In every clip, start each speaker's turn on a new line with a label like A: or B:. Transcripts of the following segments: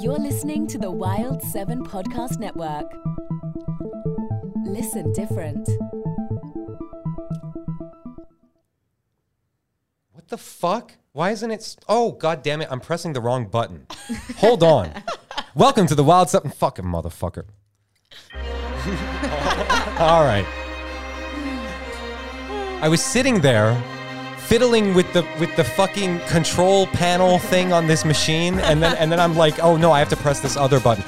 A: You're listening to the Wild 7 Podcast Network. Listen different.
B: What the fuck? Why isn't it? s- Oh god damn it! I'm pressing the wrong button. Hold on. Welcome to the wild something fucking motherfucker. All right. I was sitting there fiddling with the with the fucking control panel thing on this machine, and then and then I'm like, oh no, I have to press this other button.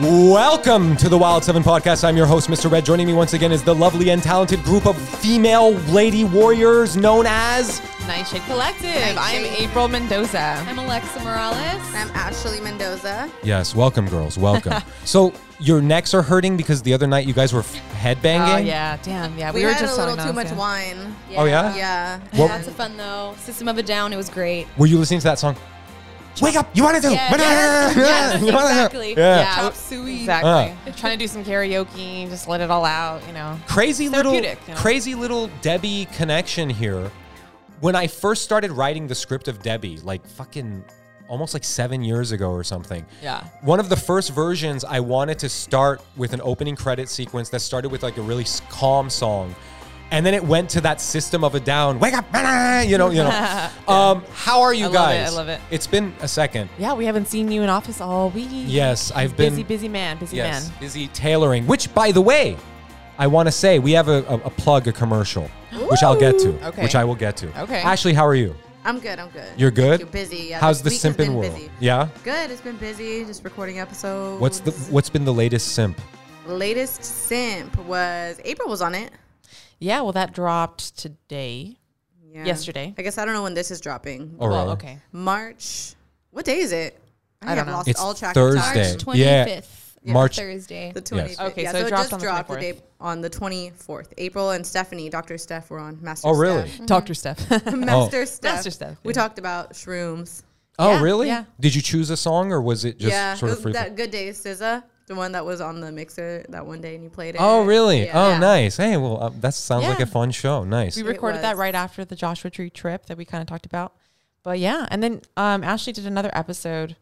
B: Welcome to the Wild Seven Podcast. I'm your host, Mr. Red. Joining me once again is the lovely and talented group of female lady warriors known as.
C: Nightshade Collective. I'm
D: Nightshade.
C: April Mendoza.
E: I'm Alexa Morales.
D: I'm Ashley Mendoza.
B: Yes, welcome, girls. Welcome. so your necks are hurting because the other night you guys were f- headbanging.
C: Oh yeah, damn, yeah. We,
D: We,
C: were
D: had
C: just
D: a little
C: telling
D: too much
C: Nelson.
D: wine.
B: Oh, yeah?
D: Yeah.
B: What-
E: Lots of fun though. System of a Down. It was great.
B: Were you listening to that song? Wake up! You want to do?
E: Yes, yes,
B: You wanna do-
E: exactly.
B: Yeah. Uh.
C: Yeah,
E: Chop
C: Exactly. Trying to do some karaoke, just let it all out, you know.
B: Crazy little,
C: Therapeutic, you know?
B: crazy little Debbie connection here. When I first started writing the script of Debbie, like fucking almost like seven years ago or something.
C: Yeah.
B: One of the first versions, I wanted to start with an opening credit sequence that started with like a really s- calm song, and then it went to that System of a Down, "Wake Up," you know, you know. Um, how are you
C: I love it,
B: guys?
C: I love it.
B: It's been a second.
C: Yeah, we haven't seen you in office all week.
B: Yes, I've been
C: Busy, busy man, busy
B: yes,
C: man.
B: busy tailoring. Which, by the way, I want to say we have a, a, a plug, a commercial, which I'll get to.
C: Okay.
B: Which I will get to.
C: Okay.
B: Ashley, how are you?
D: I'm good. I'm good.
B: You're good.
D: You're busy. Yeah,
B: How's the
D: this week has
B: simping
D: been
B: world?
D: busy.
B: Yeah.
D: Good. It's been busy. Just recording episodes.
B: What's the What's been the latest simp?
D: latest simp? Was April was on it
C: Yeah, well that dropped today.
D: yeah.
C: Yesterday.
D: I guess I don't know when this is dropping.
B: Or
C: Well, okay.
D: March. What day is it?
C: I
D: have
C: don't know.
D: Lost
B: It's
D: all track
B: Thursday.
D: Of
E: March
D: time.
B: Thanks.
E: 25th.
B: Yeah.
E: Yeah,
B: March-
E: Thursday.
D: The 25th.
C: Okay,
D: yeah,
C: so it
D: it
C: dropped
D: just
C: on the
D: dropped
C: 24th.
D: day- on the 24th. April and Stephanie, Dr. Steph, were on Master.
B: Oh, really?
E: Mm-hmm.
D: Steph.
C: Doctor Steph.
D: Master Steph.
C: Master Steph,
D: We
C: yeah.
D: talked about shrooms.
B: Oh,
C: Yeah,
B: really?
C: yeah.
B: Did you choose a song or was it just
D: yeah,
B: sort
D: it
B: of
D: was
B: free?
D: that good day SZA, the one that was on the mixer that one day and you played it.
B: oh, really?
D: Yeah.
B: Oh,
D: Yeah.
B: nice. Hey, well, uh, that sounds like
C: Yeah.
B: a fun show. Nice.
C: We recorded that
D: was.
C: right after the Joshua Tree trip that we kind of talked about. But yeah, and then um, Ashley did another episode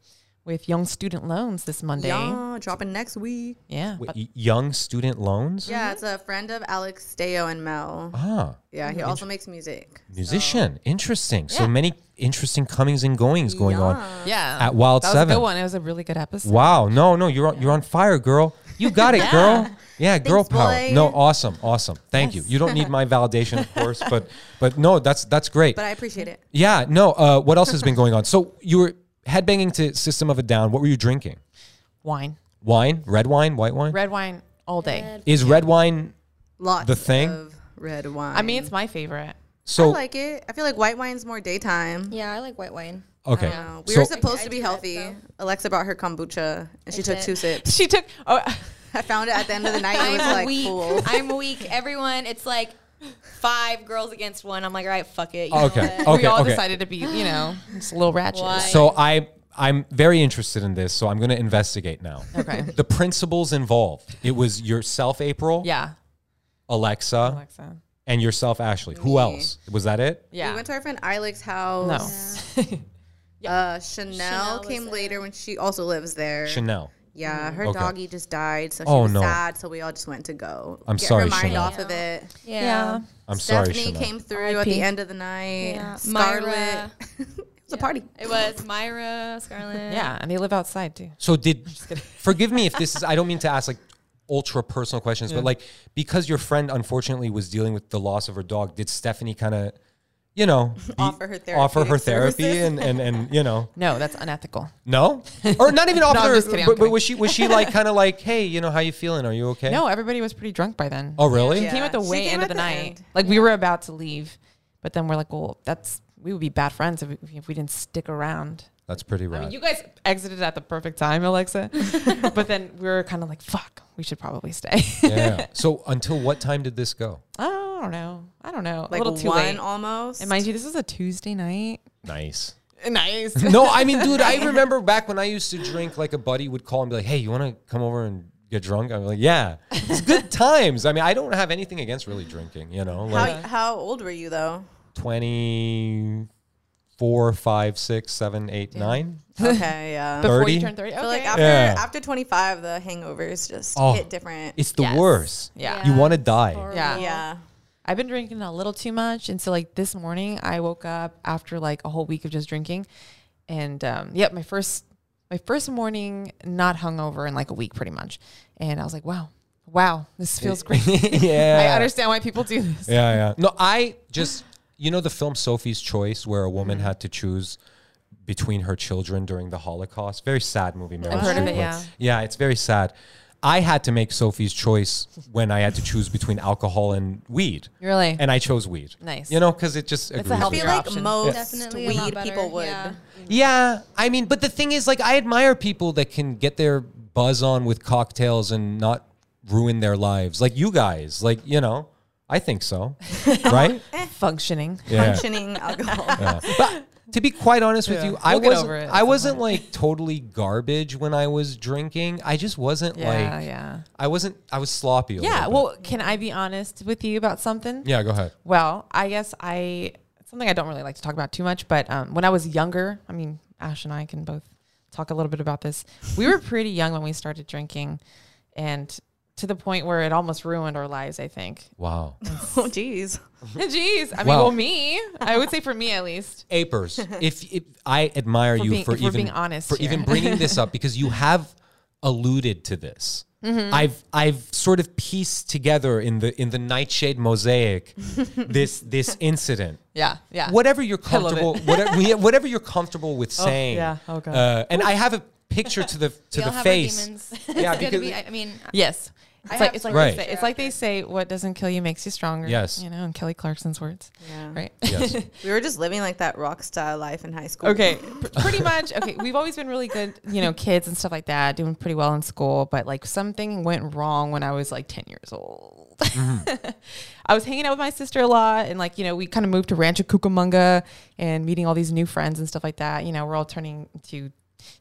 C: with Young Student Loans this Monday.
D: Yeah, dropping next week.
C: Yeah.
B: Wait,
C: but-
B: y- young student loans.
D: Yeah, it's a friend of Alex Deo and Mel.
B: Ah,
D: Yeah, he also makes music.
B: musician. Interesting. So
C: Yeah.
B: many interesting comings and goings going on.
C: yeah.
B: At Wild
C: that was a
B: Seven.
C: good one. It was a really good episode.
B: Wow. No, no, you're on, you're on fire, girl. You got it, girl. Yeah, girl power.
D: boy.
B: No, awesome, awesome. Thank you. You don't need my validation, of course, but but no, that's that's great.
D: But I appreciate it.
B: yeah, no. Uh, what else has been going on? So you were headbanging to System of a Down. What were you drinking?
C: Wine.
B: Wine, red wine, white wine.
C: Red wine all day.
B: Is red wine
D: Lots
B: The thing?
D: of red wine.
C: I mean, it's my favorite.
B: so?
D: I like it. I feel like white wine's more daytime.
E: Yeah, I like white wine.
B: okay.
D: Uh, we
B: so
D: were supposed
E: I
D: to be
E: do that,
D: healthy.
E: though.
D: Alexa brought her kombucha and she
E: It's
D: took
E: it.
D: two sips.
C: She took. Oh,
D: I found it at the end of the night. It was
E: I'm
D: like
E: weak.
D: full.
E: I'm weak. Everyone, it's like five girls against one. I'm like, all right, fuck it. You know
B: okay.
E: what?
B: Okay.
C: we all
B: okay.
C: decided to be, you know, just little ratchet.
E: Why?
B: So I I'm very interested in this, so I'm going to investigate now.
C: Okay.
B: The principles involved. It was yourself, April,
C: Yeah. Oh
B: Alexa,
C: Alexa.
B: and yourself, Ashley. Who
D: Me.
B: else? Was that it?
C: Yeah.
D: We went to our friend Ilex house. Uh, Chanel,
E: Chanel was
D: came
E: there.
D: later when she also lives there.
B: Chanel.
D: Yeah, her
B: Mm. Okay.
D: doggy just died, so she
B: Oh,
D: was
B: no.
D: sad. So we all just went to go.
B: I'm
D: get
B: sorry,
D: her mind
B: Chanel.
D: off of it.
E: Yeah.
C: yeah.
B: I'm
D: Stephanie
B: sorry, Chanel.
D: came through at the
C: RIP.
D: end of the night.
E: Yeah.
D: Scarlet.
E: Myra.
D: it was a party.
E: It was Myra, Scarlett.
C: Yeah. And they live outside too.
B: So did forgive me if this is I don't mean to ask like ultra personal questions, but like because your friend unfortunately was dealing with the loss of her dog, did Stephanie kind of you know be-
D: Offer her
B: offer her
D: therapeutic
B: therapy
D: services?
B: and, and and you know
C: No, that's unethical.
B: no or not even offer
C: I'm
B: her
C: just kidding, I'm
B: but, but
C: kidding.
B: was she was she like kind of like hey you know how you feeling are you okay
C: No, everybody was pretty drunk by then.
B: oh really
C: She
D: Yeah.
C: came at the
D: She
C: way
D: came
C: end
D: at
C: of the,
D: the
C: night.
D: end.
C: Like we were about to leave, but then we're like, well, that's we would be bad friends if we, if we didn't stick around.
B: that's pretty
C: I
B: rad
C: mean, you guys exited at the perfect time, Alexa. but then we were kind of like, fuck, we should probably stay.
B: yeah so until what time did this go
C: oh, I don't know. I don't know.
D: Like
C: a little too
D: one
C: late.
D: almost.
C: And mind you, this is a Tuesday night.
B: nice
C: Nice.
B: No, I mean, dude, I remember back when I used to drink, like a buddy would call and be like, hey, you want to come over and get drunk? I'm like, yeah. It's good times. I mean, I don't have anything against really drinking, you know,
D: how,
B: like
D: how old were you though?
B: 23 four, five, six, seven, eight, nine.
D: Okay, yeah.
C: Before
B: 30?
C: you turn 30.
D: I
C: Okay.
D: feel like after
B: Yeah.
D: after 25, the hangovers just
B: Oh.
D: hit different.
B: It's the
C: Yes.
B: worst.
C: yeah.
B: You want to die.
E: Horrible.
C: Yeah.
D: yeah.
C: I've been drinking a little too much. And so, like, this morning I woke up after like a whole week of just drinking. And, um, yep, my first, my first morning not hungover in like a week pretty much. And I was like, wow, wow, this feels great.
B: yeah.
C: I understand why people do this.
B: Yeah, yeah. No, I just you know the film Sophie's Choice where a
C: Mm-hmm.
B: woman had to choose between her children during the Holocaust. Very sad movie. Meryl
C: I've heard of
B: Streep, but-
C: it, yeah.
B: yeah, it's very sad. I had to make Sophie's choice when I had to choose between alcohol and weed,
C: Really?
B: and I chose weed.
C: Nice.
B: you know, because it just
C: a
B: agrees
D: I
B: with
C: healthy
B: me.
D: feel
C: Your
D: like
C: option.
D: most
E: Definitely a lot
D: weed
E: better,
D: people would.
E: yeah.
B: Yeah, I mean, but the thing is, like, I admire people that can get their buzz on with cocktails and not ruin their lives, like you guys. Like, you know, I think so, right?
C: Functioning.
B: Yeah.
D: Functioning alcohol.
B: but to be quite honest with
C: Yeah.
B: you, I
C: We'll get
B: wasn't.
C: over it at
B: I
C: some
B: wasn't like totally garbage when I was drinking. I just wasn't
C: Yeah.
B: like.
C: yeah.
B: I wasn't. I was sloppy. A
C: Yeah.
B: little bit.
C: Well, can I be honest with you about something?
B: Yeah. Go ahead.
C: Well, I guess I it's something I don't really like to talk about too much, but um, when I was younger, I mean, Ash and I can both talk a little bit about this. We were pretty young when we started drinking, and to the point where it almost ruined our lives. I think.
B: Wow.
D: Oh, jeez.
C: Jeez, I mean,
B: Wow.
C: well, me, I would say for me at least.
B: Apers, if, if I admire
C: For
B: you
C: being-
B: for
C: if we're
B: even
C: being honest
B: for
C: here.
B: even bringing this up because you have alluded to this.
C: Mm-hmm.
B: I've I've sort of pieced together in the in the nightshade mosaic this this incident.
C: Yeah, yeah.
B: Whatever you're
C: I love it.
B: comfortable, whatever, yeah, whatever you're comfortable with saying.
C: yeah. Oh, God.
B: Uh, and I have a picture to the to
E: we all
B: the
E: have Our
B: face.
E: demons.
B: Yeah,
E: it's gonna
B: because-
F: uh,
E: be, I I mean,
C: Yes. It's
E: I
C: like
E: have
C: it's like
B: Right.
C: they say, it's like they say, what doesn't kill you makes you stronger.
B: Yes.
C: You know, in Kelly Clarkson's words.
D: Yeah.
C: Right.
B: Yes.
D: We were just living like that rock style life in high school.
C: Okay, pr- pretty much. Okay, we've always been really good, you know, kids and stuff like that, doing pretty well in school. But like something went wrong when I was like ten years old. I was hanging out with my sister a lot, and like you know, we kind of moved to Rancho Cucamonga and meeting all these new friends and stuff like that. You know, we're all turning to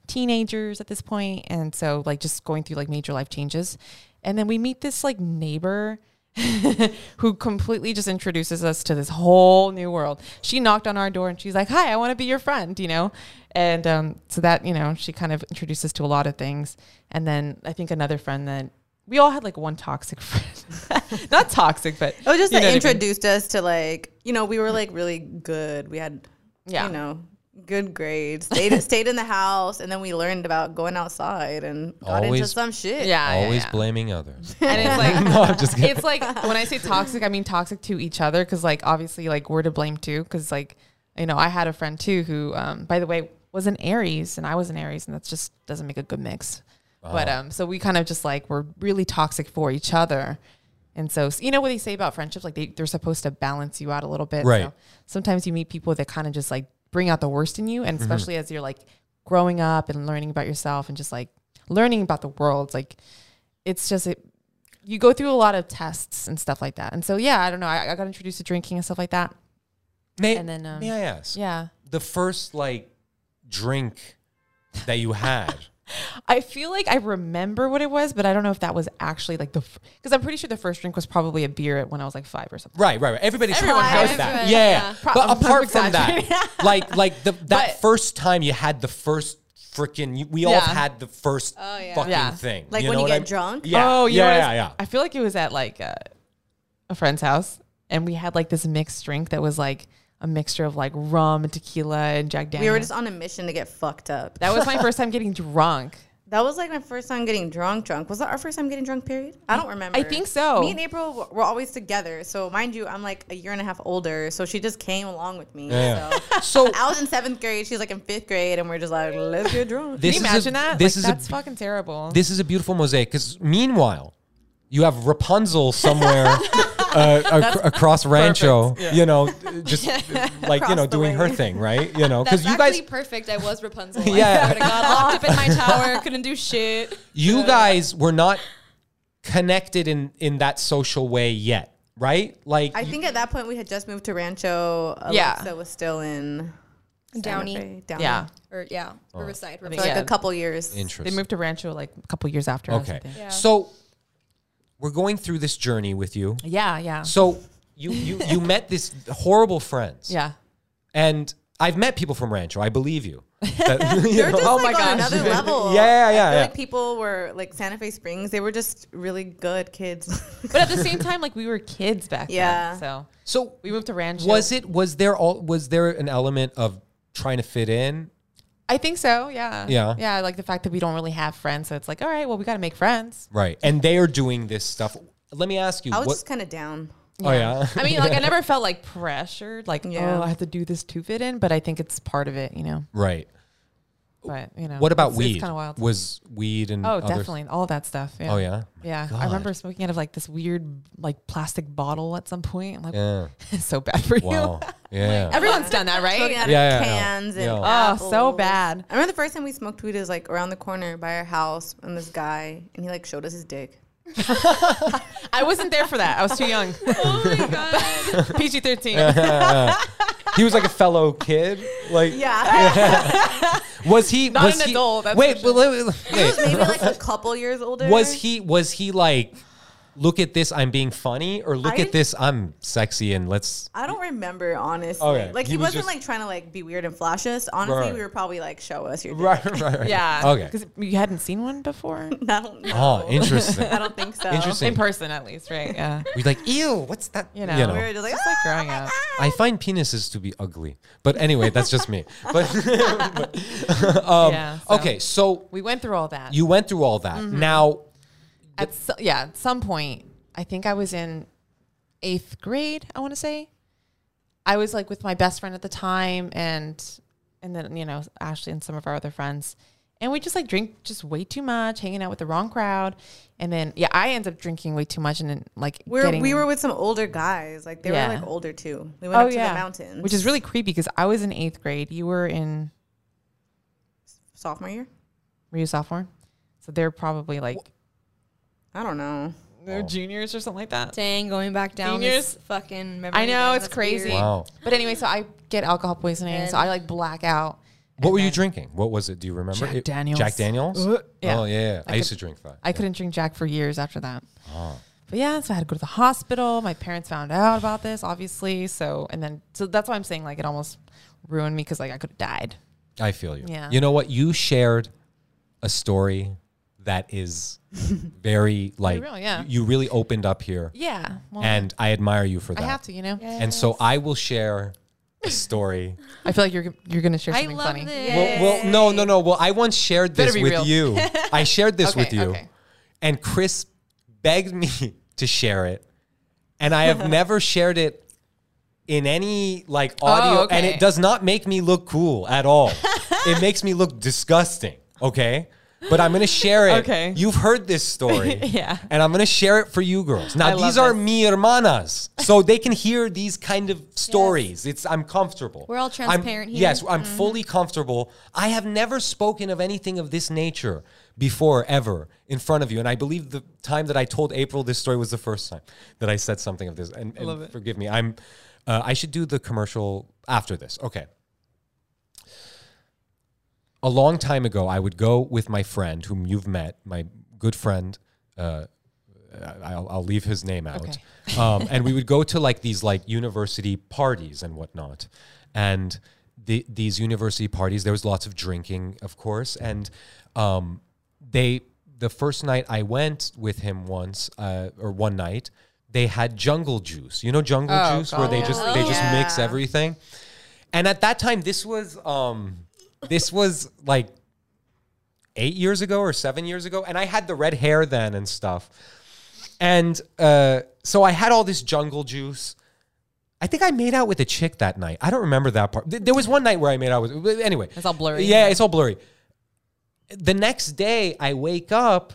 C: teenagers at this point, and so like just going through like major life changes, and then we meet this like neighbor. who completely just introduces us to this whole new world. She knocked on our door and she's like, "Hi, I want to be your friend," you know. And um, so that you know, she kind of introduced us to a lot of things. And then I think another friend that we all had like one toxic friend, not toxic, but
D: It was just
C: you know
D: like
C: what I mean.
D: introduced us to like, you know, we were like really good. We had,
C: Yeah.
D: you know, good grades. Stayed, stayed in the house, and then we learned about going outside and got into
B: Always-
D: some shit.
C: Yeah, yeah,
B: Always
C: yeah.
B: blaming others.
C: And it's like
B: no, I'm just kidding.
C: it's like when I say toxic, I mean toxic to each other because like obviously like we're to blame too because like you know I had a friend too who um by the way was an Aries and I was an Aries and that's just doesn't make a good mix. But um so we kind of just like we're really toxic for each other. And so you know what they say about friendships like they they're supposed to balance you out a little bit.
B: Right.
C: So sometimes you meet people that kind of just like bring out the worst in you and especially as you're like growing up and learning about yourself and just like learning about the world it's like it's just it you go through a lot of tests and stuff like that. And so yeah, I don't know. I, I got introduced to drinking and stuff like that.
B: May,
C: and then, um,
B: may I ask?
C: Yeah.
B: the first like drink that you had.
C: I feel like I remember what it was, but I don't know if that was actually like the because I'm pretty sure the first drink was probably a beer at when I was like five or something.
B: right, right, right. Everybody
C: Everyone
B: has
E: has
B: that.
E: it.
B: Yeah.
E: Yeah.
C: Pro-
B: but
C: I'm
B: apart from
C: exaggerating.
B: that, like like the that
C: But-
B: first time you had the first freaking you- we all
C: Yeah.
B: had the first
E: yeah.
B: fucking
C: Yeah.
B: thing.
D: Like
B: know
D: when you
B: what
D: get
B: I mean?
D: drunk?
B: Yeah.
C: Oh you know
B: yeah,
C: what it
B: yeah,
C: was?
B: yeah.
C: I feel like it was at like uh, a friend's house, and we had like this mixed drink that was like a mixture of like rum and tequila and Jack Daniels.
D: We were just on a mission to get fucked up.
C: that was my first time getting drunk.
D: That was like my first time getting drunk. Drunk was that our first time getting drunk? Period. I don't remember.
C: I think so.
D: Me and April w- were always together. So mind you, I'm like a year and a half older. So she just came along with me.
B: Yeah.
D: So
B: So
D: I was in seventh grade. She's like in fifth grade, and we're just like, let's get drunk.
B: this
C: Can you
B: is
C: imagine
B: a,
C: that?
B: This
C: Like,
B: is
C: that's
B: a
C: fucking terrible.
B: this is a beautiful mosaic. Because meanwhile, you have Rapunzel somewhere uh, ac- across Rancho. You know, just uh, like you know
D: the
B: doing her
D: way.
B: thing, right? You know, because
E: that's
B: you guys
E: actually perfect. I was Rapunzel.
B: Yeah.
E: I swear to God, locked up in my tower, couldn't do shit.
B: you guys were not connected in in that social way yet right like
D: I
B: you-
D: think at that point we had just moved to Rancho. Alexa
C: Yeah.
D: was still in Santa
E: Downey.
D: Fe, Downey.
C: yeah.
E: Or yeah,
B: Oh.
E: Riverside.
D: For
E: Riverside.
D: like
C: Yeah.
D: a couple years.
C: They
B: interesting
C: moved to Rancho like a couple years after. us, I
B: okay
C: think.
E: Yeah.
B: so we're going through this journey with you
C: Yeah. Yeah.
B: so you you you met this horrible friends
C: yeah.
B: and I've met people from Rancho. I believe you. That- you
D: They're
B: know?
D: just
C: Oh
D: like
C: my
D: on
C: gosh.
D: another
B: Yeah,
D: level.
B: yeah, yeah,
D: I feel
B: yeah.
D: Like people were like Santa Fe Springs. They were just really good kids.
C: But at the same time, like we were kids back
D: Yeah.
C: then. So
B: so
C: we moved to Rancho.
B: was it was there all was there an element of trying to fit in?
C: I think so. Yeah.
B: Yeah.
C: Yeah. Like the fact that we don't really have friends. So it's like, all right, well, we got to make friends.
B: Right. And they are doing this stuff. Let me ask you
D: I was
B: what
D: just kind of down.
B: Oh yeah.
C: I mean, like I never felt like pressured, like,
D: Yeah.
C: oh, I have to do this to fit in, but I think it's part of it, you know.
B: right.
C: But, you know.
B: What about
C: it's,
B: weed?
C: It's kind of wild.
B: Was weed and
C: oh,
B: other-
C: definitely. All that stuff. Yeah.
B: Oh yeah.
C: Yeah.
B: God.
C: I remember smoking out of like this weird, like plastic bottle at some point. I'm like,
B: Yeah.
C: it's so bad for
B: Wow.
C: you.
B: Yeah.
C: Everyone's done that,
D: Smoking
C: right?
D: out
B: Yeah, yeah,
D: of
B: yeah.
D: cans and
B: Yeah.
C: Oh, so
D: apples.
C: bad.
D: I remember the first time we smoked weed is like around the corner by our house, and this guy and he like showed us his dick.
C: I wasn't there for that. I was too young.
E: Oh my god.
C: PG 13.
B: he was like a fellow kid. Like
D: Yeah,
B: was he
C: Not
B: was
C: an
B: he,
C: adult, that's
B: wait,
C: for sure.
B: wait, wait,
D: he
B: wait.
D: was maybe like a couple years older.
B: was he was he like look at this I'm being funny or look
D: I-
B: at this I'm sexy and let's
D: I don't remember honestly.
B: Okay,
D: Like
B: he
D: he,
B: was
D: wasn't
B: just-
D: like trying to like be weird and flash us. Honestly,
B: Right.
D: we were probably like show us your dick.
B: right right, right.
C: Yeah.
B: Okay.
C: Because you hadn't seen one before?
D: I don't know.
B: Oh, interesting.
D: I don't think so.
B: Interesting.
C: In person, at least, right? Yeah.
B: We're like, ew, what's that?
C: You know,
D: We were just like, "Ah,
C: It's like growing up.
B: I find penises to be ugly, but anyway, that's just me. But,
C: yeah. so
B: Um, okay, so
C: We went through all that.
B: you went through all that.
C: Mm-hmm.
B: Now,
C: at so, yeah, at some point, I think I was in eighth grade. I want to say, I was like with my best friend at the time, and and then you know Ashley and some of our other friends, and we just like drink just way too much, hanging out with the wrong crowd, and then yeah, I ended up drinking way too much, and then like
D: We're,
C: getting,
D: we were with some older guys. Like they
C: Yeah. Oh,
D: were like older too. We went up to the mountains.
C: which is really creepy because I was in eighth grade, you were in
D: sophomore year.
C: were you a sophomore, so they're probably like
D: I don't know.
C: they're juniors or something like that.
E: Dang, going back down
C: Seniors.
E: this fucking memory.
C: I know
E: lane.
C: it's
E: That's
C: crazy.
E: weird.
B: Wow.
C: But anyway, so I get alcohol poisoning, so I like black out.
B: what were you drinking? What was it? Do you remember?
C: Jack
B: It-
C: Daniels. Uh,
B: Jack Daniels?
C: yeah.
B: Oh, yeah. I,
C: I
B: used to
C: could-
B: drink that.
C: I couldn't drink Jack for years after that. But yeah, so I had to go to the hospital. My parents found out about this, obviously. So and then so that's why I'm saying like it almost ruined me because like I could have died.
B: I feel you.
C: Yeah.
B: You know what? You shared a story that is very like
C: real, yeah.
B: you really opened up here
C: Yeah, well,
B: and I admire you for that.
C: I have to, you know.
B: And so I will share a story.
C: I feel like you're you're gonna share
E: I
C: something
E: love
C: funny.
E: this.
B: Well, well, no, no, no. Well, I once shared this
C: Better be
B: with
C: real.
B: you. I shared this
C: Okay,
B: with you,
C: okay.
B: and Chris begged me to share it, and I have never shared it in any like audio, and
C: Oh, okay.
B: it does not make me look cool at all. it makes me look disgusting. Okay. But I'm gonna share it.
C: Okay.
B: You've heard this story.
C: Yeah.
B: And I'm gonna share it for you girls. Now
C: I love
B: these are
C: this.
B: mi hermanas. So they can hear these kind of stories. It's I'm comfortable.
E: We're all
B: I'm-
E: transparent here. Mm-hmm.
B: Yes, I'm fully comfortable. I have never spoken of anything of this nature before, ever, in front of you. And I believe the time that I told April this story was the first time that I said something of this. And, and forgive me, I'm. Uh, I should do the commercial after this. Okay. A long time ago, I would go with my friend, whom you've met, my good friend. Uh, I'll, I'll leave his name out. um, and we would go to like these like university parties and whatnot. And the, these university parties, there was lots of drinking, of course. And um, they, the first night I went with him once, uh, or one night, they had jungle juice. You know jungle
C: Oh,
B: juice, where they
C: God,
B: just
E: yeah.
B: they
E: Oh,
B: just mix
D: yeah.
B: everything. And at that time, this was um, this was like eight years ago or seven years ago, and I had the red hair then and stuff. And uh, so I had all this jungle juice. I think I made out with a chick that night. I don't remember that part. Th- There was one night where I made out with. but Anyway,
C: It's all blurry.
B: Yeah, it's all blurry. The next day, I wake up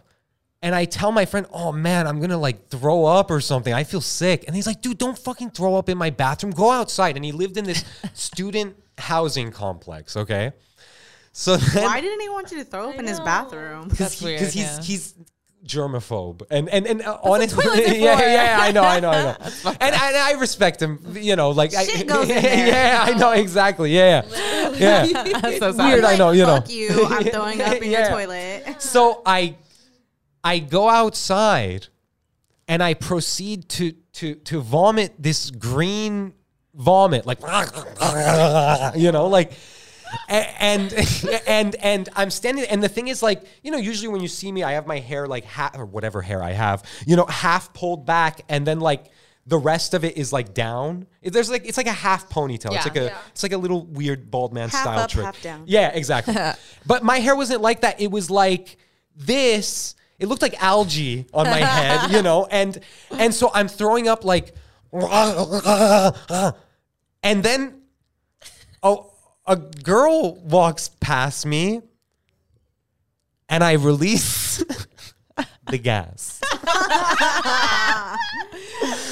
B: and I tell my friend, "Oh man, I'm gonna like throw up or something. I feel sick." And he's like, "Dude, don't fucking throw up in my bathroom. Go outside." And he lived in this student housing complex. Okay, so then,
D: Why didn't he want you to throw up in his bathroom?
B: because
C: That's weird,
B: he's
C: yeah.
B: he's germaphobe and and and uh, honestly,
C: toilets are
B: yeah,
C: for.
B: yeah, I know, I know, I know, and, and I respect him. You know, like I,
D: Shit goes in there.
B: yeah, I know exactly. Yeah, yeah, yeah.
C: That's so sad.
B: Weird, I
D: Like,
B: know. You know,
D: Fuck you. I'm throwing up in
B: Yeah.
D: your toilet.
B: so I I go outside and I proceed to to to vomit this green vomit, like you know, like a- and and and I'm standing and the thing is like, you know, usually when you see me, I have my hair like half or whatever hair I have, you know, half pulled back and then like the rest of it is like down. It- There's like it's like a half ponytail.
C: Yeah.
B: it's like a
E: Yeah.
B: it's like a little weird bald man
D: Half
B: style
D: up,
B: trick.
D: half down.
B: Yeah, exactly. but my hair wasn't like that. It was like this. It looked like algae on my head, you know, and and so I'm throwing up like, and then, oh, a girl walks past me, and I release the gas.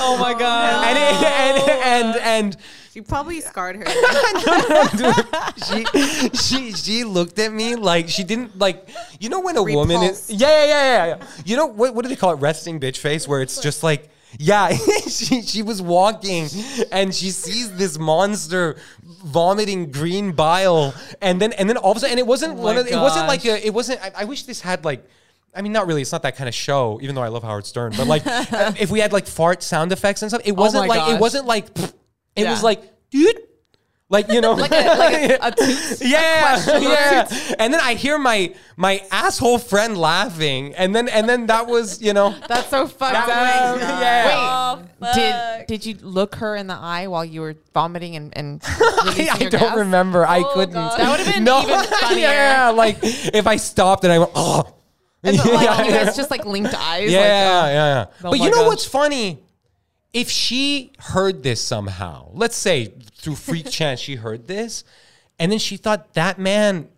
C: Oh my god.
B: And, it, and and and
D: You probably scarred her.
B: she she she looked at me like she didn't like you know when a woman is
D: Repulsed.
B: yeah yeah yeah yeah, yeah. you know what what do they call it resting bitch face where it's just like yeah she she was walking and she sees this monster vomiting green bile and then and then all of a sudden and it wasn't
C: Oh my
B: one of the- it wasn't like
C: gosh.
B: a yeah, it wasn't. I, I wish this had like. I mean, not really. It's not that kind of show, even though I love Howard Stern. But like, uh, if we had like fart sound effects and stuff, it wasn't
C: Oh my
B: like it
C: gosh.
B: wasn't like. pfft. It was
C: Yeah.
B: like, dude, like you know, like a,
C: A toot.
B: yeah, yeah. And then I hear my my asshole friend laughing, and then and then that was you know,
C: That's so fucked
B: That
C: up.
B: was- yeah.
E: Oh, fuck.
C: Did did you look her in the eye while you were vomiting and and
B: I,
C: releasing
B: I
C: your
B: don't
C: gas?
B: remember. I
E: Oh,
B: couldn't.
E: God. That
C: would've been even funnier.
B: yeah, like if I stopped and I went, oh,
C: And so, like, you
B: Yeah.
C: guys just like linked eyes.
B: Yeah, yeah,
C: Like, uh,
B: yeah.
C: oh
B: but
C: my
B: you know
C: God.
B: what's funny? If she heard this somehow, let's say through freak chance she heard this, and then she thought that man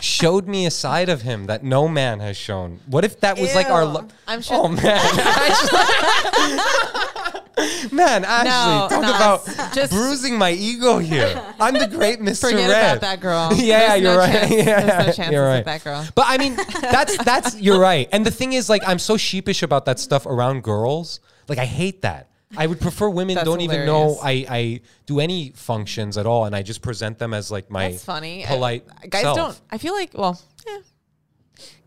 B: showed me a side of him that no man has shown. What if that was like our? Lo-
D: Ew.
C: I'm sure-
B: Oh man, Ashley. man, Ashley, talk
C: No, no.
B: about
C: Just-
B: bruising my ego here. I'm the great Mister
C: Forget
B: Red.
C: about that girl.
B: yeah,
C: There's no
B: you're right.
C: chance.
B: Yeah,
C: There's no chances
B: you're right.
C: with that girl.
B: But I mean, that's that's you're right. And the thing is, like, I'm so sheepish about that stuff around girls. Like, I hate that. I would prefer women
C: That's
B: don't even know
C: hilarious.
B: I, I do any functions at all, and I just present them as like my
C: That's funny.
B: polite
C: I, guys
B: self.
C: don't. I feel like well, yeah.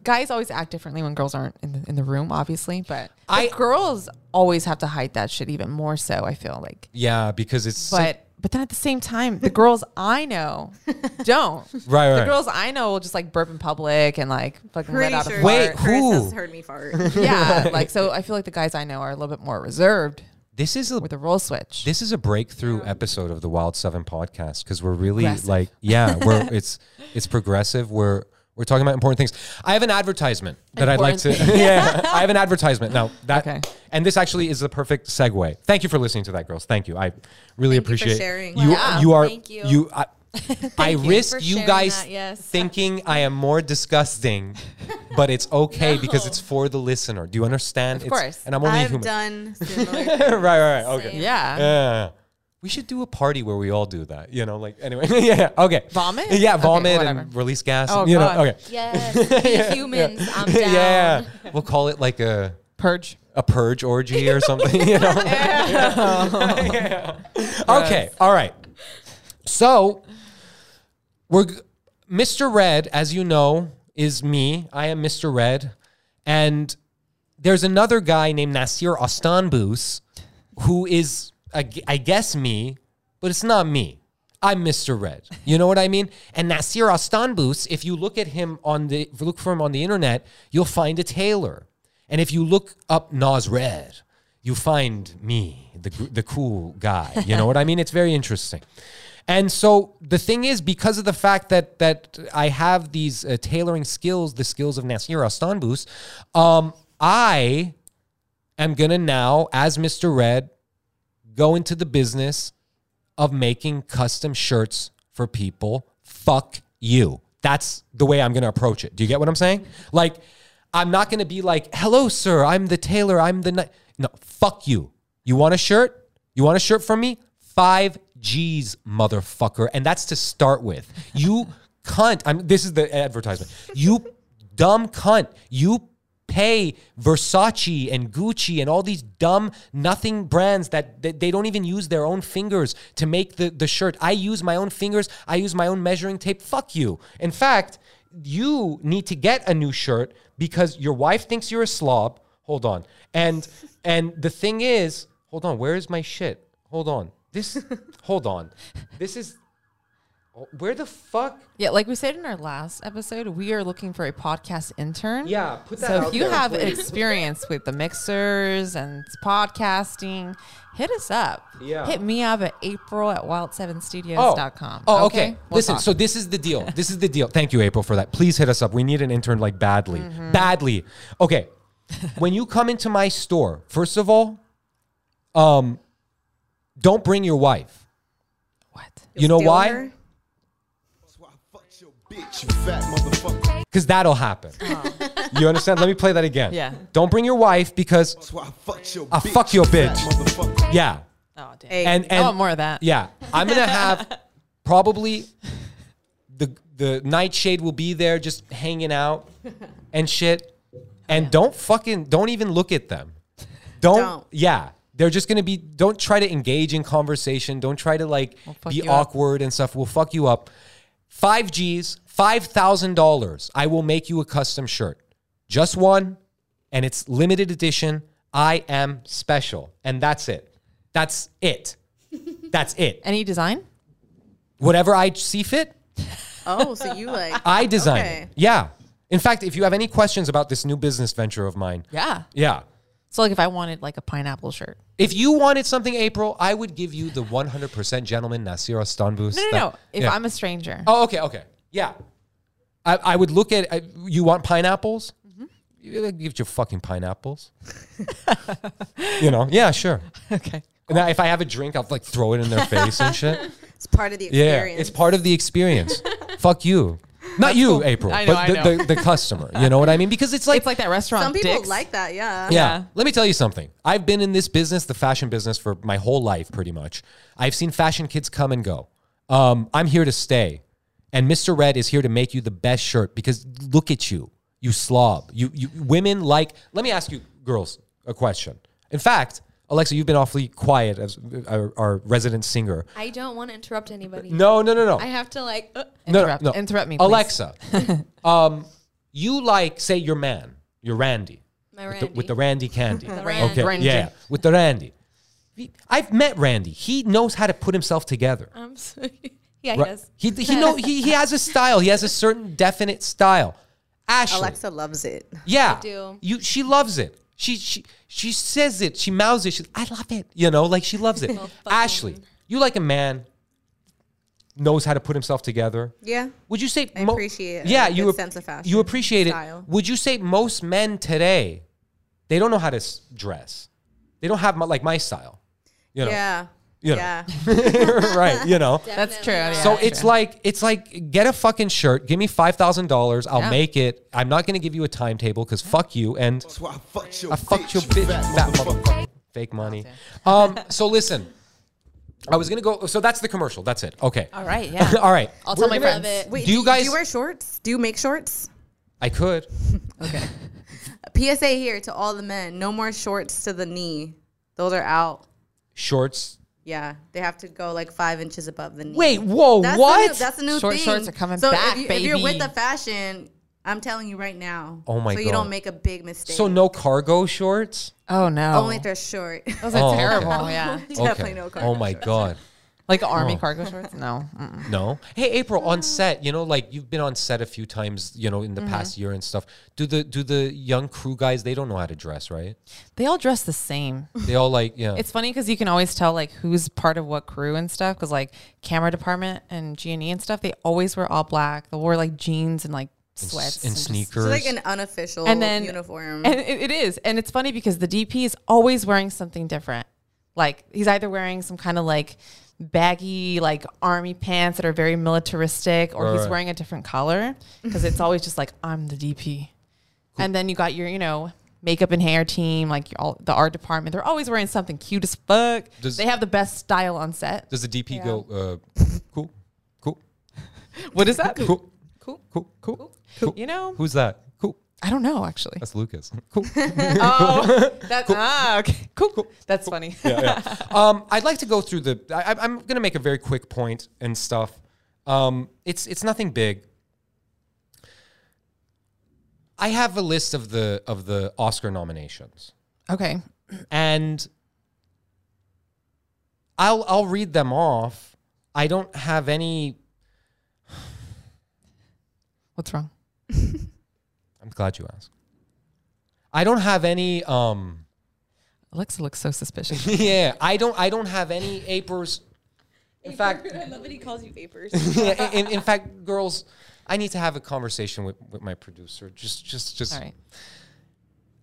C: Guys always act differently when girls aren't in the, in the room, obviously. But
B: I-
C: I, girls always have to hide that shit even more so. I feel like,
B: Yeah, because it's
C: but but then at the same time, the girls I know don't.
B: Right,
C: The
B: right.
C: girls I know will just like burp in public and like fucking let
D: Pretty
C: out
D: sure
C: a
B: Wait,
C: fart.
D: Chris
B: who?
D: has heard me fart.
C: Yeah, like so. I feel like the guys I know are a little bit more reserved
B: this is a
C: with a role switch.
B: this is a breakthrough episode of the Wild Seven podcast because we're really
C: Progressive.
B: like yeah, we're it's it's progressive. We're we're talking about important things. I have an advertisement that I'd like
C: Important
B: to yeah. I have an advertisement now that
C: Okay.
B: and this actually is the perfect segue. Thank you for listening to that, girls. Thank you. I really
D: Thank you for
B: appreciate
D: sharing.
B: you.
E: Yeah.
B: You are
E: Thank you.
B: I, I
E: you
B: risk
E: for
B: you
E: sharing
B: guys
E: that, yes.
B: thinking I am more disgusting, but it's okay because it's for the listener. Do you understand?
C: Of
B: It's-
C: course.
B: And I'm only
D: I've
B: human.
D: done similar.
B: right, right, right. Okay.
E: Same.
C: yeah.
B: Yeah. We should do a party where we all do that. You know, like anyway. yeah. Okay.
C: Vomit?
B: Yeah,
C: Okay,
B: vomit
C: whatever.
B: and release gas.
C: Oh,
B: and, you
C: God.
B: know. Okay.
E: Yes, we humans. I'm down.
B: yeah. We'll call it like a
C: Purge.
B: a purge orgy or something. You know. Yeah. Okay. All right. So we're g- Mr. Red, as you know, is me. I am Mr. Red, and there's another guy named Nasir Ostanbus who is, I gu- I guess, me, but it's not me. I'm Mr. Red. You know what I mean? And Nasir Ostanbus, if you look at him on the if you look for him on the internet, you'll find a tailor. And if you look up Nas Red, you find me, the gr- the cool guy. You know what I mean? It's very interesting. And so the thing is, because of the fact that that I have these uh, tailoring skills, the skills of Nasir Ostanbus, um, I am gonna now, as Mr. Red, go into the business of making custom shirts for people. Fuck you. That's the way I'm gonna approach it. Do you get what I'm saying? Like, I'm not gonna be like, hello, sir, I'm the tailor, I'm the. Ni-. No, fuck you. You want a shirt? You want a shirt from me? Five G's, motherfucker. And that's to start with. You cunt. I'm, this is the advertisement. You dumb cunt. You pay Versace and Gucci and all these dumb nothing brands that, that they don't even use their own fingers to make the, the shirt. I use my own fingers, I use my own measuring tape. Fuck you. In fact, you need to get a new shirt because your wife thinks you're a slob. Hold on. And and the thing is, hold on, where is my shit? Hold on. This This, hold on. This is, oh, where the fuck?
C: Yeah, like we said in our last episode, we are looking for a podcast intern.
B: Yeah, put that
C: So
B: out
C: if you
B: there,
C: have
B: please.
C: experience with the mixers and podcasting, hit us up.
B: Yeah.
C: Hit me up at april at wild7studios.com.
B: Oh, okay.
C: We'll
B: Listen,
C: talk.
B: so this is the deal. This is the deal. Thank you, April, for that. Please hit us up. We need an intern like badly.
C: Mm-hmm.
B: Badly. Okay. when you come into my store, first of all, um, don't bring your wife.
C: what?
B: You know
D: Steal
B: why?
D: her?
G: Bitch, you fat motherfucker.
B: Because that'll happen. you understand? Let me play that again.
C: Oh. Yeah.
B: Don't bring your wife because
G: That's why I fucked your
B: I
G: bitch.
B: fuck your
G: you fat
B: bitch.
G: motherfucker.
B: yeah.
C: Oh, damn.
D: Hey,
B: And and
C: I want more of that.
B: Yeah, I'm gonna have probably the the nightshade will be there just hanging out and shit. And don't fucking don't even look at them. Don't,
D: Don't.
B: yeah. They're just gonna be don't try to engage in conversation. Don't try to like
C: fuck
B: be
C: you up.
B: awkward and stuff. We'll fuck you up. Five G's, five thousand dollars. I will make you a custom shirt. Just one, and it's limited edition. I am special. And that's it. That's it. That's it
C: Any design?
B: whatever I see fit,
D: Oh, so you like?
B: I design it.
D: Okay.
B: Yeah. In fact, if you have any questions about this new business venture of mine,
C: Yeah.
B: yeah.
C: So like if I wanted like a pineapple shirt.
B: If you wanted something, April, I would give you the 100% gentleman Nasir Stanbus.
C: No, no, no. If I'm a stranger.
B: Oh, okay, okay. Yeah. I, I would look at, I, you want pineapples? Mm-hmm. You Give you fucking pineapples. you know? Yeah, sure.
C: Okay.
B: And if I have a drink, I'll like throw it in their face and shit.
D: It's part of the
B: Yeah,
D: experience.
B: it's part of the experience. Fuck you. Not you, April,
C: I know,
B: but
C: I
B: the,
C: know.
B: the, the customer. You know what I mean? Because it's like,
C: It's like that restaurant.
D: Some people
C: Dick's.
D: like that. Yeah.
B: yeah.
C: yeah.
B: Let me tell you something. I've been in this business, the fashion business, for my whole life, pretty much. I've seen fashion kids come and go. Um, I'm here to stay, and Mr. Red is here to make you the best shirt. Because look at you, you slob. You, you women like. Let me ask you, girls, a question. In fact, Alexa, you've been awfully quiet as uh, our, our resident singer.
E: I don't want to interrupt anybody.
B: No, no, no, no.
E: I have to like. Uh,
B: No,
C: Interrupt-
B: no, no.
C: interrupt me, please.
B: Alexa. um, you like say your man, your Randy,
E: my
B: with
E: Randy.
B: the, with the Randy candy.
E: Randy.
B: Okay,
C: Randy.
B: yeah, with the Randy. He- I've met Randy. He knows how to put himself together.
E: I'm sorry. yeah, he
B: Right?
E: does.
B: He he know he, he has a style. He has a certain definite style. Ashley,
D: Alexa loves it.
B: yeah,
E: do.
B: you she loves it. She she she says it. She mouths it. She's I love it. You know, like she loves it. Ashley, you like a man knows how to put himself together.
D: Yeah.
B: Would you say
D: I appreciate a
B: Yeah,
D: good
B: you ap-
D: sense of fashion,
B: You appreciate
D: style.
B: it. Would you say most men today they don't know how to s- dress? They don't have my, like my style. You know.
D: Yeah.
B: You know.
D: Yeah.
B: right, you know.
C: That's true.
E: Definitely
C: yeah.
B: So it's like it's like get a fucking shirt, give me five thousand dollars, I'll
C: Yeah.
B: make it. I'm not gonna give you a timetable because fuck you and
G: That's why I fucked your
B: I
G: bitch.
B: fucked your
G: you
B: bitch,
G: fat
B: fat
G: motherfucker.
B: motherfucker. Fake money. Um, so listen, I was gonna go. So that's the commercial. That's it. Okay.
C: All right, yeah.
B: All right.
C: I'll
B: We're
C: tell my
B: gonna-
C: friends.
D: Wait,
B: Do you guys?
D: do you wear shorts? Do you make shorts?
B: I could.
D: PSA here to all the men: no more shorts to the knee. Those are out.
B: Shorts.
D: Yeah, they have to go like five inches above the knee.
B: Wait. Whoa.
D: that's
B: what?
D: The new, that's the new
C: Short
D: thing.
C: shorts are coming
D: so
C: back,
D: if, you, if you're
C: baby.
D: with the fashion, I'm telling you right now.
B: Oh my
D: So
B: God.
D: you don't make a big mistake.
B: So no cargo shorts.
C: Oh no.
D: only if they're short.
C: Those are
B: Oh, okay.
C: terrible. Yeah.
D: Definitely no cargo
B: Oh my
D: shorts.
B: god.
C: Like army
B: Oh.
C: cargo shorts? No. Mm-mm.
B: No. Hey, April. On set, you know, like you've been on set a few times, you know, in the past year and stuff. Do the do the young crew guys? They don't know how to dress, right?
C: They all dress the same.
B: They all like yeah.
C: It's funny because you can always tell like who's part of what crew and stuff. Because like camera department and G and E and stuff, they always wear all black. They wore like jeans and like
B: and, s-
C: sweats
B: and
C: just-
B: sneakers.
D: It's like an unofficial
C: and then
D: uniform.
C: And it, it is, and it's funny because the DP is always wearing something different. Like he's either wearing some kind of like baggy like army pants that are very militaristic, or he's
B: Right.
C: wearing a different color because it's always just like I'm the DP. And then you got your you know makeup and hair team, like your- all the art department. They're always wearing something cute as fuck.
B: Does-
C: they have the best style on set.
B: Does the DP go? Uh, cool, cool,
C: What is that?
B: cool,
C: Cool.
B: cool, cool, cool.
C: You know?
B: who's that? Cool.
C: I don't know actually.
B: That's Lucas. Cool.
C: Oh, that's ah, okay. Cool. That's funny.
B: um, I'd like to go through the. I, I'm- I'm going to make a very quick point and stuff. Um, it's it's nothing big. I have a list of the of the Oscar nominations,
C: okay.
B: and I'll I'll read them off. I don't have any.
C: What's wrong?
B: I'm glad you asked. I don't have any. Um,
C: Alexa looks so suspicious.
B: yeah, I don't. I don't have any apers. In fact,
F: I love that he calls you vapors.
B: Yeah, in, in fact, girls, I need to have a conversation with, with my producer. Just, just, just.
C: All right.